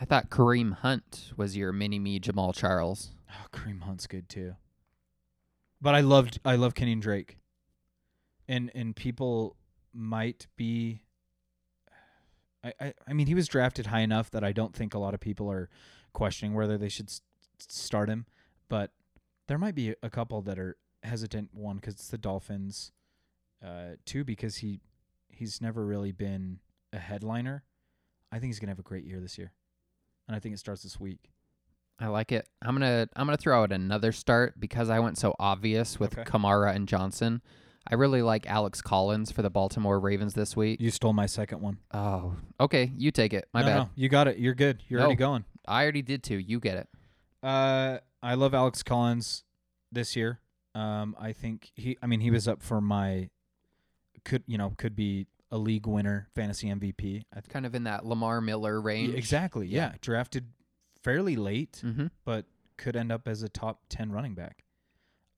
S8: I thought Kareem Hunt was your mini me Jamal Charles.
S7: oh, Kareem Hunt's good too. But I loved I love Kenyon Drake, and and people might be. I, I I mean he was drafted high enough that I don't think a lot of people are questioning whether they should s- start him, but there might be a couple that are hesitant. One because it's the Dolphins, uh, two because he he's never really been a headliner. I think he's gonna have a great year this year, and I think it starts this week.
S8: I like it. I'm gonna I'm gonna throw out another start because I went so obvious with
S7: Okay.
S8: Kamara and Johnson. I really like Alex Collins for the Baltimore Ravens this week.
S7: You stole my second one.
S8: oh, okay. You take it. My
S7: no,
S8: bad.
S7: no, you got it. You're good. You're already
S8: No.
S7: going.
S8: I already did too. You get it.
S7: Uh, I love Alex Collins this year. Um, I think he. I mean, he was up for my could you know could be a league winner, fantasy MVP. I th-
S8: Kind of in that Lamar Miller range.
S7: exactly. Yeah. drafted fairly late,
S8: Mm-hmm.
S7: but could end up as a top ten running back.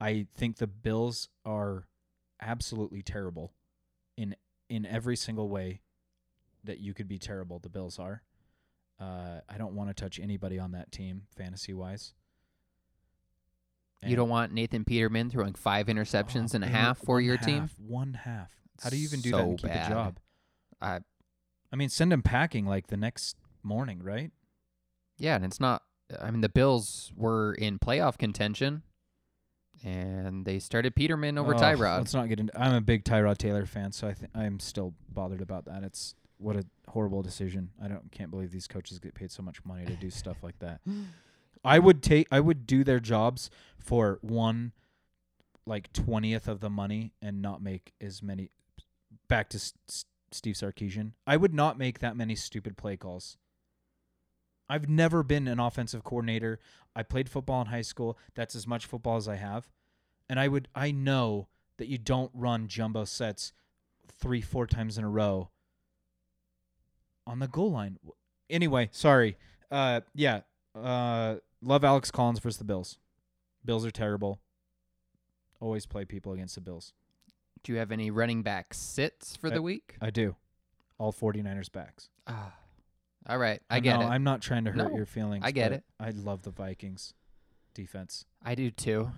S7: I think the Bills are absolutely terrible in in every single way that you could be terrible. The Bills are. Uh, I don't want to touch anybody on that team fantasy wise.
S8: You don't want Nathan Peterman throwing five interceptions and a half for your team.
S7: Oh, One half. How do you even do that
S8: So
S7: and keep a
S8: bad.
S7: job?
S8: I
S7: I mean, send him packing like the next morning, right?
S8: Yeah, and it's not. I mean, the Bills were in playoff contention, and they started Peterman over
S7: Oh,
S8: Tyrod.
S7: Let's not get into. I'm a big Tyrod Taylor fan, so I th- I'm still bothered about that. It's what a horrible decision. I don't can't believe these coaches get paid so much money to do stuff like that. I would take. I would do their jobs for one, like twentieth of the money, and not make as many. Back to S- S- Steve Sarkeesian, I would not make that many stupid play calls. I've never been an offensive coordinator. I played football in high school. That's as much football as I have. And I would I know that you don't run jumbo sets 3 4 times in a row on the goal line. Anyway, sorry. Uh yeah, uh love Alex Collins versus the Bills. Bills are terrible. Always play people against the Bills.
S8: Do you have any running back sits for the week?
S7: I do. All 49ers backs.
S8: Ah. all right, I get
S7: no,
S8: it.
S7: I'm not trying to hurt
S8: No,
S7: your feelings.
S8: I get
S7: but
S8: it.
S7: I love the Vikings defense.
S8: I do too.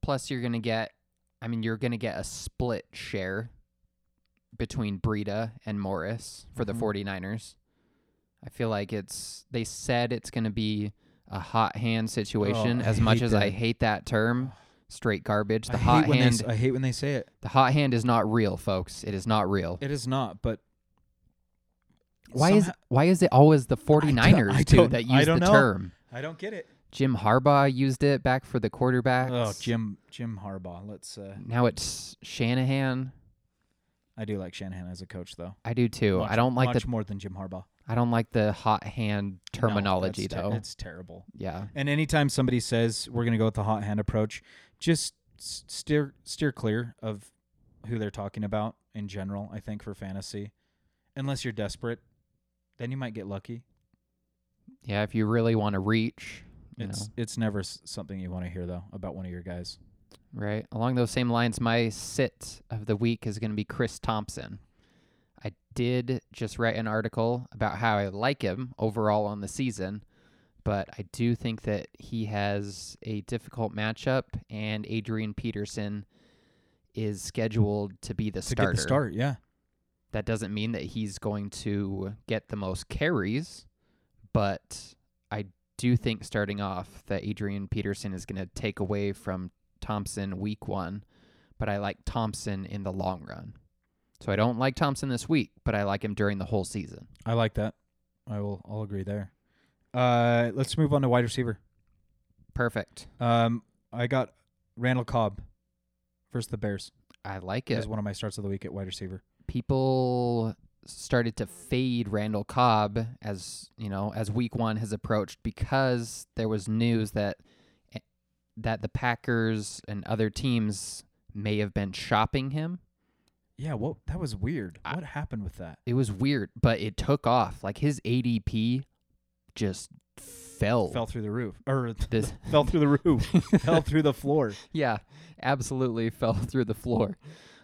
S8: Plus, you're gonna get. I mean, you're gonna get a split share between Breida and Morris for
S7: Mhm.
S8: the 49ers. I feel like it's. They said it's gonna be a hot hand situation.
S7: Oh, I
S8: as much
S7: hate
S8: as I
S7: that.
S8: hate that term, straight garbage. The
S7: I
S8: hot
S7: hate when they
S8: hand.
S7: s- I hate when they say it.
S8: The hot hand is not real, folks. It is not real.
S7: It is not, but
S8: why is
S7: somehow-
S8: why is it always the
S7: don't-
S8: 49ers
S7: I
S8: too
S7: don't-
S8: that
S7: I
S8: use the
S7: don't know.
S8: term?
S7: I don't get it.
S8: Jim Harbaugh used it back for the quarterbacks.
S7: Oh, Jim Jim Harbaugh. Let's. Uh,
S8: Now it's Shanahan.
S7: I do like Shanahan as a coach, though.
S8: I do too.
S7: Much-
S8: I don't like
S7: much
S8: the
S7: more than Jim Harbaugh
S8: I don't like the hot hand
S7: No,
S8: terminology
S7: that's ter-
S8: though.
S7: it's terrible.
S8: yeah.
S7: And anytime somebody says we're going to go with the hot hand approach, just s- steer steer clear of who they're talking about in general. I think for fantasy, unless you're desperate, then you might get lucky.
S8: Yeah, if you really want to reach, you know,
S7: It's it's never s- something you want to hear though about one of your guys.
S8: right? Along those same lines, my sit of the week is going to be Chris Thompson. I did just write an article about how I like him overall on the season, but I do think that he has a difficult matchup, and Adrian Peterson is scheduled to be the
S7: To
S8: starter.
S7: get the start, yeah.
S8: That doesn't mean that he's going to get the most carries, but I do think starting off that Adrian Peterson is going to take away from Thompson week one, but I like Thompson in the long run. So I don't like Thompson this week, but I like him during the whole season.
S7: I like that. I will. I'll agree there. Uh, let's move on to wide receiver.
S8: Perfect.
S7: Um, I got Randall Cobb versus the Bears
S8: I like
S7: as
S8: it.
S7: one of my starts of the week at wide receiver.
S8: People started to fade Randall Cobb as, you know, as week 1 has approached because there was news that eh, that the Packers and other teams may have been shopping him.
S7: Yeah, well, that was weird. what happened with that?
S8: It was weird, but it took off. Like his ADP just fell.
S7: Fell through Oh. the roof, or
S8: This-
S7: fell through the roof, fell through the floor.
S8: Yeah, absolutely fell through the floor.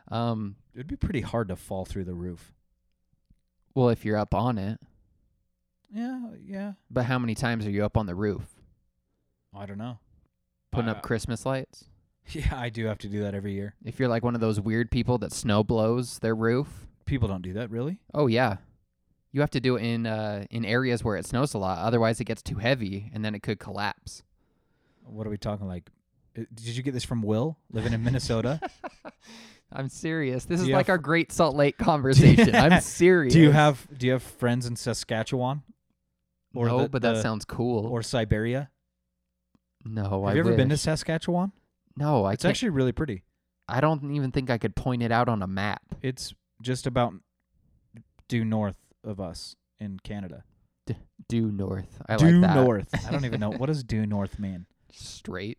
S8: Um,
S7: It'd be pretty hard to fall through the roof.
S8: well, if you're up on it,
S7: Yeah, yeah.
S8: but how many times are you up on the roof
S7: I don't know.
S8: putting
S7: Uh,
S8: up Christmas lights?
S7: Yeah, I do have to do that every year.
S8: If you're like one of those weird people that snow blows their roof,
S7: People don't do that, really.
S8: oh yeah, you have to do it in uh, in areas where it snows a lot. Otherwise, it gets too heavy and then it could collapse.
S7: What are we talking like? uh, Did you get this from Will living in Minnesota?
S8: I'm serious. This is
S7: you
S8: like
S7: have-
S8: our Great Salt Lake conversation. I'm serious.
S7: Do you have do you have friends in Saskatchewan or
S8: no?
S7: the-
S8: but that
S7: the-
S8: sounds cool.
S7: or Siberia?
S8: no,
S7: have
S8: I
S7: you ever been to
S8: wish.
S7: Saskatchewan?
S8: No, I
S7: It's
S8: can't.
S7: actually really pretty.
S8: I don't even think I could point it out on a map.
S7: It's just about due north of us in Canada.
S8: D- due north. I
S7: due
S8: like that.
S7: north. I don't even know what does due north mean.
S8: Straight,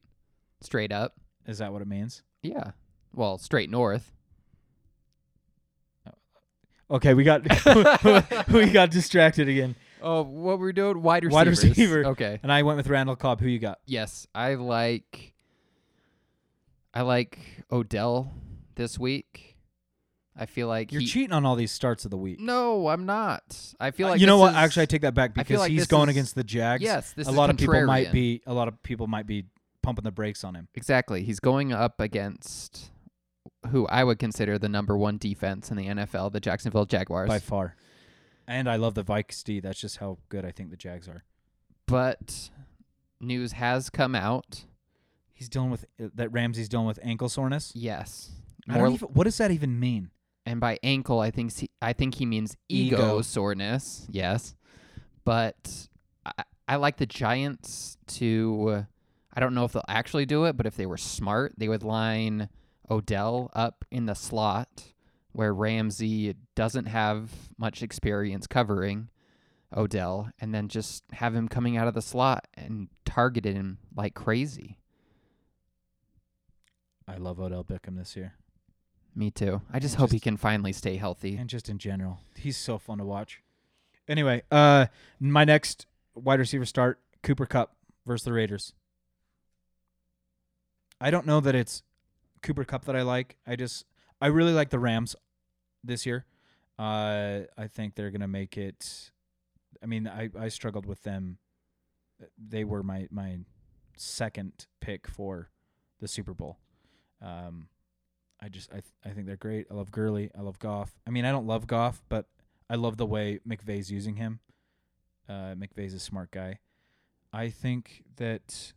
S8: straight up.
S7: Is that what it means?
S8: Yeah. Well, straight north.
S7: Okay, we got we got distracted again.
S8: Oh, what we're doing? Wide receivers.
S7: Wide receiver.
S8: Okay.
S7: And I went with Randall Cobb. Who you got?
S8: Yes, I like. I like Odell this week. I feel like
S7: You're
S8: he-
S7: cheating on all these starts of the week.
S8: No, I'm not. I feel
S7: Uh,
S8: like
S7: you know
S8: this
S7: what?
S8: is-
S7: Actually, I take that back
S8: I feel
S7: because
S8: like
S7: he's
S8: this
S7: going
S8: is-
S7: against the Jags.
S8: Yes, this
S7: a
S8: is
S7: lot of people might
S8: contrarian.
S7: be a lot of people might be pumping the brakes on him.
S8: Exactly. He's going up against who I would consider the number one defense in the NFL, the Jacksonville Jaguars.
S7: By far. And I love the Vikes D. That's just how good I think the Jags are.
S8: but news has come out.
S7: He's dealing with uh, that Ramsey's dealing with ankle soreness.
S8: Yes.
S7: I
S8: More,
S7: don't even, what does that even mean?
S8: and by ankle, I think he, I think he means ego,
S7: Ego.
S8: soreness. Yes, but I, I like the Giants to. I don't know if they'll actually do it, but if they were smart, they would line Odell up in the slot where Ramsey doesn't have much experience covering Odell, and then just have him coming out of the slot and targeted him like crazy.
S7: I love Odell Beckham this year,
S8: Me too. I just
S7: And
S8: hope he
S7: just-
S8: can finally stay healthy.
S7: and just in general, he's so fun to watch. Anyway, uh, my next wide receiver start: Cooper Cup versus the Raiders. I don't know that it's Cooper Cup that I like. I just I really like the Rams this year. Uh, I think they're gonna make it. I mean, I I struggled with them. They were my my second pick for the Super Bowl. Um, I just I th- I think they're great. I love Gurley. I love Goff. I mean, I don't love Goff, but I love the way McVay's using him. Uh, McVay's a smart guy. I think that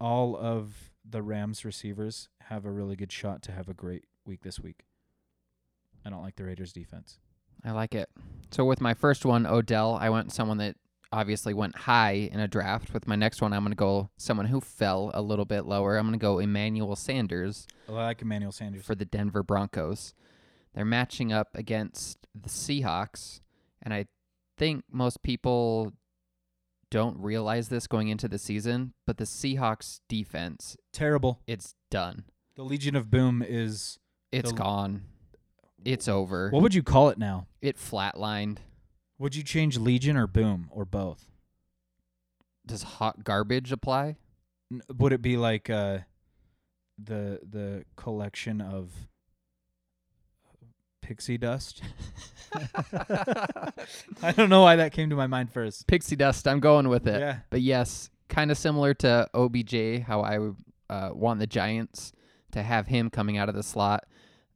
S7: all of the Rams receivers have a really good shot to have a great week this week. I don't like the Raiders defense.
S8: I like it. So with my first one, Odell, I went someone that obviously went high in a draft. With my next one, I'm going to go someone who fell a little bit lower. I'm going to go Emmanuel Sanders
S7: I like Emmanuel Sanders.
S8: for the Denver Broncos. They're matching up against the Seahawks, and I think most people don't realize this going into the season, but the Seahawks defense,
S7: Terrible.
S8: it's done.
S7: The Legion of Boom is
S8: It's
S7: The-
S8: gone. It's over.
S7: what would you call it now?
S8: It flatlined.
S7: Would you change Legion or Boom or both?
S8: Does hot garbage apply?
S7: N- Would it be like uh, the the collection of pixie dust? I don't know why that came to my mind first.
S8: pixie dust. I'm going with it.
S7: Yeah.
S8: But yes, kind of similar to OBJ, how I would, uh, want the Giants to have him coming out of the slot.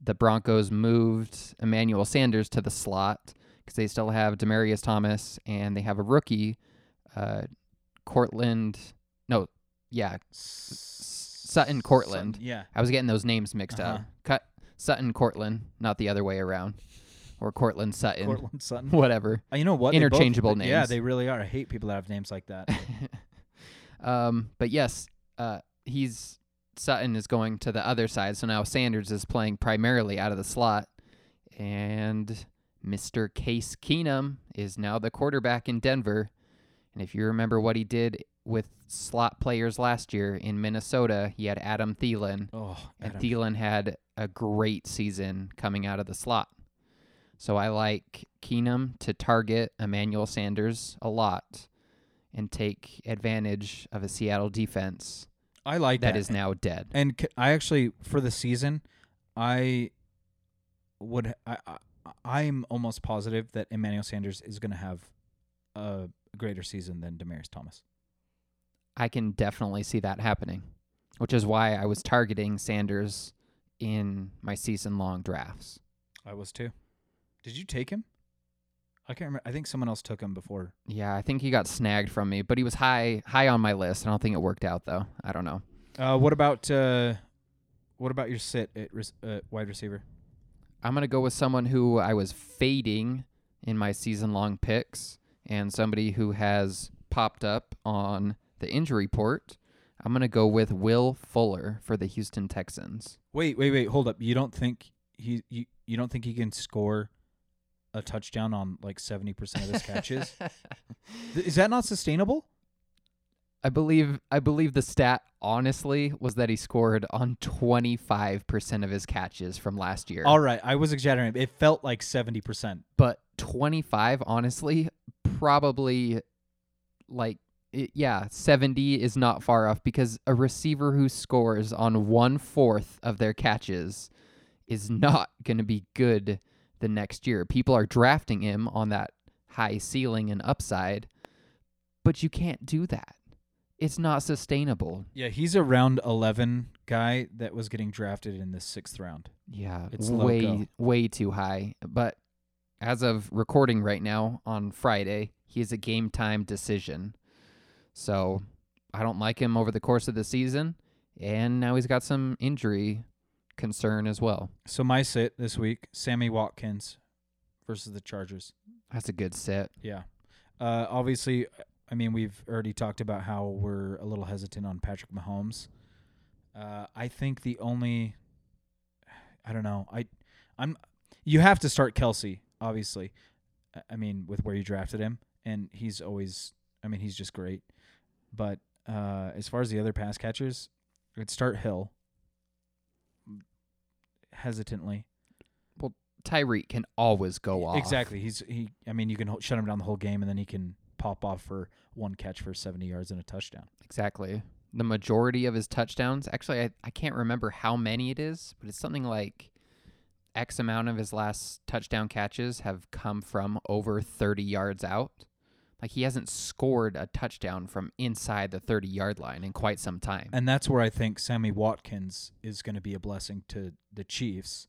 S8: the Broncos moved Emmanuel Sanders to the slot because they still have Demarius Thomas and they have a rookie, uh, Cortland. No, yeah, Sutton Cortland.
S7: yeah.
S8: I was getting those names mixed
S7: Uh-huh.
S8: up. Cut Sutton Cortland, not the other way around, or Cortland Sutton,
S7: Cortland Sutton.
S8: whatever.
S7: Uh, You know what? They both-
S8: Interchangeable
S7: Yeah,
S8: names.
S7: they really are. I hate people that have names like that.
S8: Um, but yes, uh, he's Sutton is going to the other side, so now Sanders is playing primarily out of the slot, and Mr. Case Keenum is now the quarterback in Denver. And if you remember what he did with slot players last year in Minnesota, he had Adam Thielen,
S7: Oh,
S8: and
S7: Adam.
S8: Thielen had a great season coming out of the slot. So I like Keenum to target Emmanuel Sanders a lot and take advantage of a Seattle defense
S7: I like
S8: that
S7: that.
S8: is now dead.
S7: And c- I actually, for the season, I would. I, I I'm almost positive that Emmanuel Sanders is going to have a greater season than Demarius Thomas.
S8: I can definitely see that happening, which is why I was targeting Sanders in my season long drafts.
S7: I was too. Did you take him? I can't remember. I think someone else took him before.
S8: Yeah, I think he got snagged from me, but he was high high on my list. I don't think it worked out though. I don't know.
S7: Uh, what about uh, what about your sit at res- uh, wide receiver?
S8: I'm gonna go with someone who I was fading in my season long picks and somebody who has popped up on the injury report. I'm gonna go with Will Fuller for the Houston Texans.
S7: Wait, wait, wait. Hold up. You don't think he you, you don't think he can score a touchdown on like seventy percent of his catches? Th- Is that not sustainable?
S8: I believe I believe the stat honestly was that he scored on 25% of his catches from last year.
S7: All right, I was exaggerating. It felt like seventy percent.
S8: but 25 honestly probably like it, yeah 70 is not far off because a receiver who scores on one fourth of their catches is not going to be good the next year people are drafting him on that high ceiling and upside but you can't do that it's not sustainable
S7: Yeah, he's a round eleven guy that was getting drafted in the sixth round.
S8: Yeah,
S7: It's
S8: way
S7: loco.
S8: way too high. But as of recording right now on Friday, he is a game time decision. So I don't like him over the course of the season, and now he's got some injury concern as well.
S7: So my sit this week: Sammy Watkins versus the Chargers.
S8: That's a good set.
S7: Yeah. Uh, obviously, I mean, we've already talked about how we're a little hesitant on Patrick Mahomes. Uh, I think the only, I don't know, I, I'm, you have to start Kelsey, obviously. I- I mean, with where you drafted him, and he's always, I mean, he's just great. But uh, as far as the other pass catchers, I'd start Hill. Hesitantly,
S8: Tyreek can always go off.
S7: E, Exactly. He's he. I mean, you can ho- shut him down the whole game, and then he can pop off for one catch for seventy yards and a touchdown.
S8: Exactly. The majority of his touchdowns, actually, I, I can't remember how many it is, but it's something like X amount of his last touchdown catches have come from over 30 yards out. Like he hasn't scored a touchdown from inside the 30 yard line in quite some time.
S7: And that's where I think Sammy Watkins is going to be a blessing to the Chiefs,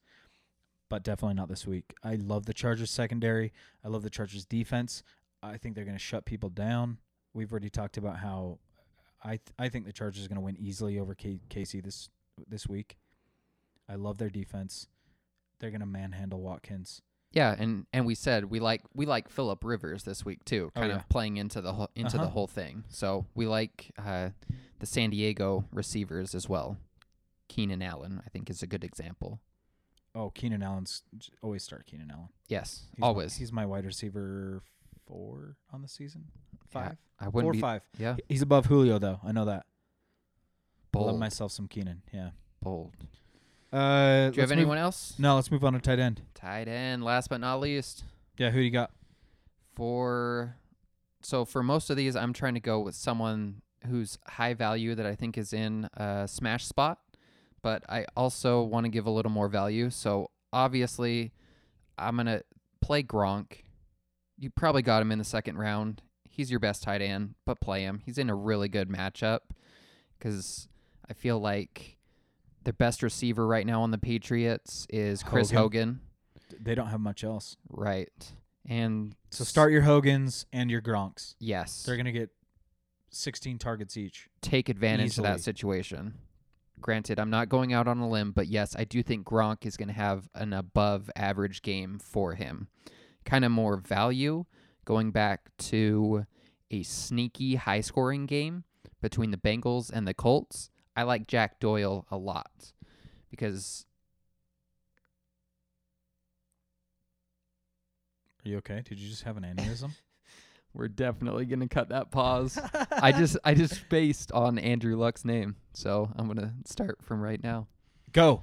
S7: but definitely not this week. I love the Chargers secondary. I love the Chargers defense. I think they're going to shut people down. We've already talked about how I th- I think the Chargers are going to win easily over K- KC this this week. I love their defense. They're going to manhandle Watkins.
S8: Yeah, and and we said we like we like Philip Rivers this week too,
S7: Oh,
S8: kind
S7: yeah.
S8: of playing into the whole, into the
S7: Uh-huh.
S8: whole thing. So we like uh, the San Diego receivers as well. Keenan Allen, I think, is a good example.
S7: Oh, Keenan Allen's j- always start Keenan Allen.
S8: Yes,
S7: He's my-
S8: always.
S7: he's my wide receiver four on the season. Five.
S8: I wouldn't
S7: four
S8: be-
S7: five.
S8: yeah.
S7: He- He's above Julio though. I know that. I Love
S8: Bold.
S7: myself some Keenan. Yeah.
S8: bold. Do
S7: Uh,
S8: you have anyone else?
S7: No, let's move on to tight end.
S8: Tight end. Last but not least,
S7: Yeah, who do you got?
S8: for so for most of these, I'm trying to go with someone who's high value that I think is in a smash spot, but I also want to give a little more value. So obviously, I'm gonna play Gronk. You probably got him in the second round. He's your best tight end, but play him. He's in a really good matchup because I feel like Their best receiver right now on the Patriots is Chris Hogan.
S7: Hogan. They don't have much else.
S8: Right. And
S7: So start your Hogans and your Gronks.
S8: yes.
S7: They're gonna get 16 targets each.
S8: take advantage of that
S7: Easily.
S8: situation. Granted, I'm not going out on a limb, but yes, I do think Gronk is going to have an above average game for him. Kind of more value going back to a sneaky high scoring game between the Bengals and the Colts. I like Jack Doyle a lot because
S7: Are you okay? Did you just have an aneurysm?
S8: we're definitely going to cut that pause. I just I just spaced on Andrew Luck's name, so I'm going to start from right now.
S7: Go.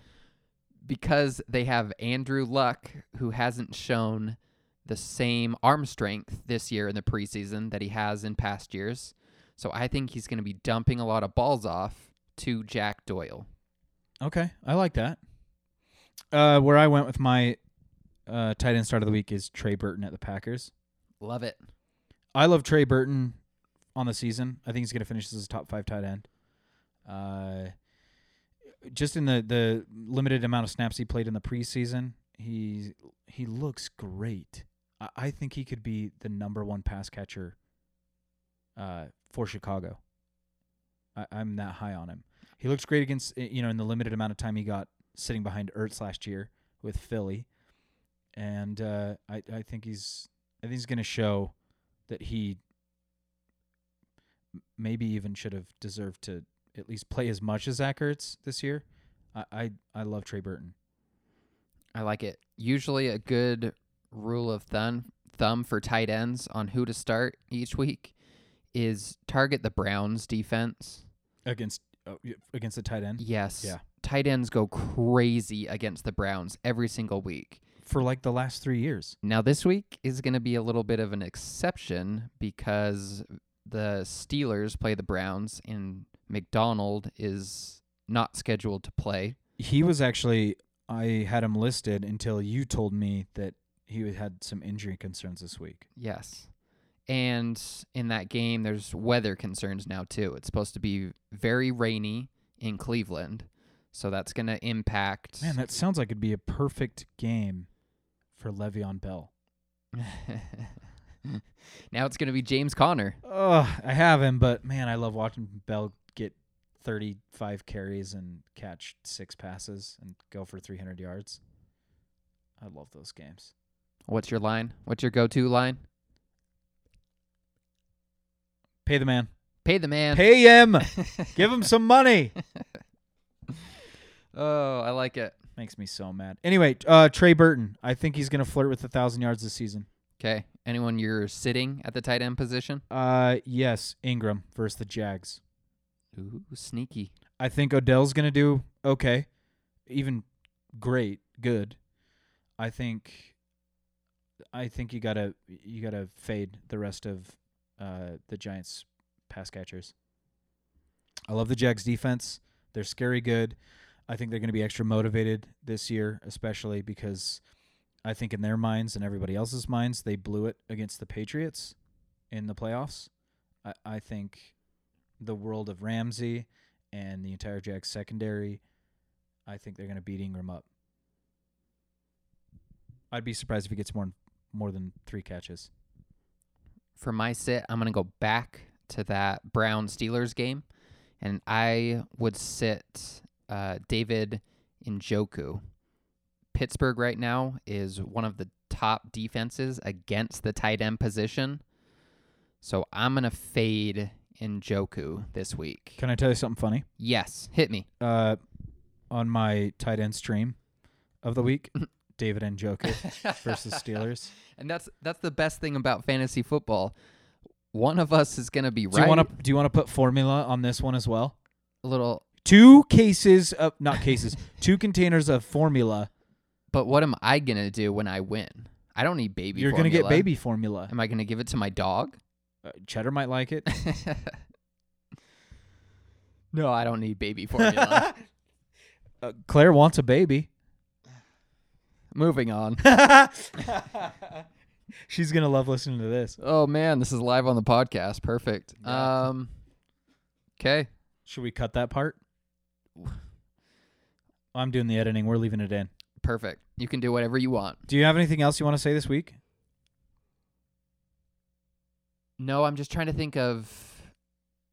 S8: because they have Andrew Luck, who hasn't shown the same arm strength this year in the preseason that he has in past years. So I think he's going to be dumping a lot of balls off to Jack Doyle.
S7: Okay, I like that. Uh, where I went with my uh, tight end start of the week is Trey Burton at the Packers.
S8: Love it.
S7: I love Trey Burton on the season. I think he's going to finish as a top five tight end. Uh, just in the, the limited amount of snaps he played in the preseason, he he looks great. I, I think he could be the number one pass catcher uh, for Chicago. I, I'm that high on him. He looks great against eh, you know in the limited amount of time he got sitting behind Ertz last year with Philly, and uh, I I think he's I think he's going to show that he m- maybe even should have deserved to at least play as much as Zach Ertz this year. I I, I love Trey Burton.
S8: I like it. Usually a good rule of thumb thumb for tight ends on who to start each week is target the Browns defense.
S7: against oh, y- against the tight end
S8: Yes.
S7: Yeah.
S8: Tight ends go crazy against the Browns every single week.
S7: for like the last three years.
S8: Now, this week is going to be a little bit of an exception because the Steelers play the Browns and McDonald is not scheduled to play.
S7: He was actually I had him listed until you told me that he had some injury concerns this week.
S8: Yes. And in that game, there's weather concerns now, too. It's supposed to be very rainy in Cleveland. So that's going to impact.
S7: Man, that sounds like it'd be a perfect game for Le'Veon Bell.
S8: now it's going to be James Conner.
S7: Ugh, I have him, but man, I love watching Bell get 35 carries and catch six passes and go for 300 yards. I love those games.
S8: What's your line? What's your go to line?
S7: Pay the man.
S8: Pay the man.
S7: Pay him. Give him some money.
S8: Oh, I like it.
S7: Makes me so mad. Anyway, uh, Trey Burton. I think he's gonna flirt with a thousand yards this season.
S8: Okay. Anyone you're sitting at the tight end position?
S7: Uh, yes, Ingram versus the Jags.
S8: Ooh, sneaky.
S7: I think Odell's gonna do okay, even great, good. I think, I think you gotta you gotta fade the rest of uh, the Giants pass catchers. I love the Jags defense. They're scary good. I think they're gonna be extra motivated this year, especially because I think in their minds and everybody else's minds they blew it against the Patriots in the playoffs. I, I think the world of Ramsey and the entire Jags secondary, I think they're going to beat Ingram up. I'd be surprised if he gets more more than three catches.
S8: For my sit, I'm going to go back to that Brown Steelers game, and I would sit uh, David Njoku. Pittsburgh right now is one of the top defenses against the tight end position. So I'm going to fade Njoku this week.
S7: Can I tell you something funny?
S8: Yes, hit me.
S7: Uh, on my tight end stream of the week, David Njoku versus Steelers.
S8: And that's that's the best thing about fantasy football. One of us is going to be
S7: Do
S8: right.
S7: you want to do you want to put formula on this one as well?
S8: a little
S7: Two cases of not cases, two containers of formula.
S8: But what am I gonna do when I win? I don't need baby.
S7: You're
S8: formula.
S7: gonna get baby formula.
S8: Am I gonna give it to my dog?
S7: Uh, Cheddar might like it.
S8: No, I don't need baby formula.
S7: Uh, Claire wants a baby.
S8: Moving on.
S7: She's gonna love listening to this.
S8: oh man, this is live on the podcast. Perfect. Um, okay.
S7: Should we cut that part? I'm doing the editing. We're leaving it in.
S8: Perfect. You can do whatever you want.
S7: Do you have anything else you want to say this week?
S8: No, I'm just trying to think of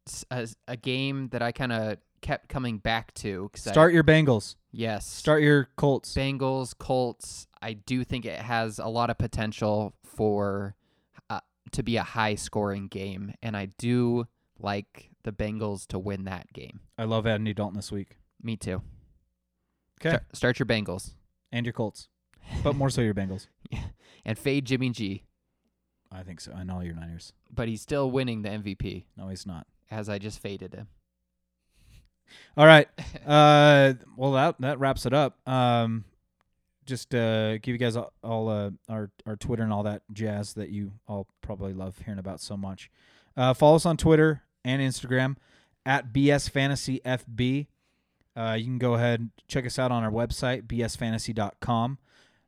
S8: s- a, a game that I kind of kept coming back to. 'cause I-
S7: Start your Bengals.
S8: yes.
S7: Start your Colts.
S8: Bengals, Colts. I do think it has a lot of potential for uh, to be a high scoring game, and I do like the Bengals to win that game.
S7: I love Andy Dalton this week.
S8: Me too.
S7: Okay.
S8: Start, start your Bengals
S7: And your Colts. But more so your Bengals.
S8: and fade Jimmy G,
S7: I think so. And all your Niners.
S8: but he's still winning the MVP
S7: No, he's not.
S8: as I just faded him.
S7: All right. Uh, well, that that wraps it up. Um, just uh, give you guys all, all uh, our our Twitter and all that jazz that you all probably love hearing about so much. Uh, follow us on Twitter and Instagram at BS Fantasy FB. Uh, you can go ahead and check us out on our website bsfantasy.com.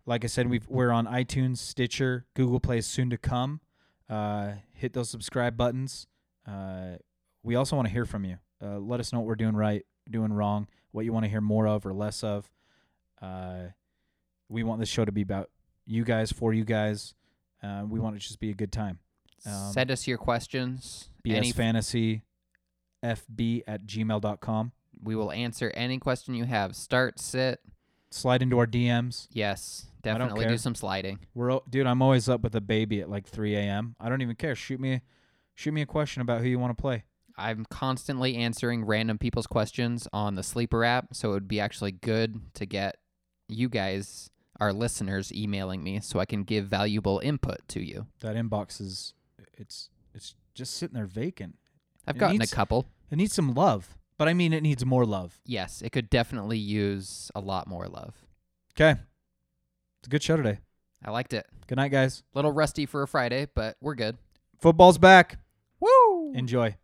S7: Like I said, we've, we're on iTunes, Stitcher, Google Play is soon to come. Uh, hit those subscribe buttons. Uh, we also want to hear from you. Uh, let us know what we're doing right, doing wrong, what you want to hear more of or less of. Uh, we want this show to be about you guys, for you guys. Uh, we want it to just be a good time. Um,
S8: Send us your questions. Any,
S7: BSFantasyFB at gmail.com.
S8: we will answer any question you have. Start, sit.
S7: Slide into our DMs.
S8: Yes,
S7: don't
S8: definitely do
S7: care.
S8: some sliding.
S7: We're o- dude. I'm always up with a baby at like 3 a.m. I don't even care. Shoot me, shoot me a question about who you want to play.
S8: I'm constantly answering random people's questions on the sleeper app, so it would be actually good to get you guys, our listeners, emailing me so I can give valuable input to you.
S7: That inbox is it's it's just sitting there vacant.
S8: I've
S7: It
S8: gotten
S7: needs-
S8: a couple.
S7: It needs some love, but I mean it needs more love.
S8: Yes, it could definitely use a lot more love.
S7: Okay. It's a good show today.
S8: I liked it.
S7: Good night, guys.
S8: Little rusty for a Friday, but we're good.
S7: Football's back.
S8: Woo!
S7: Enjoy.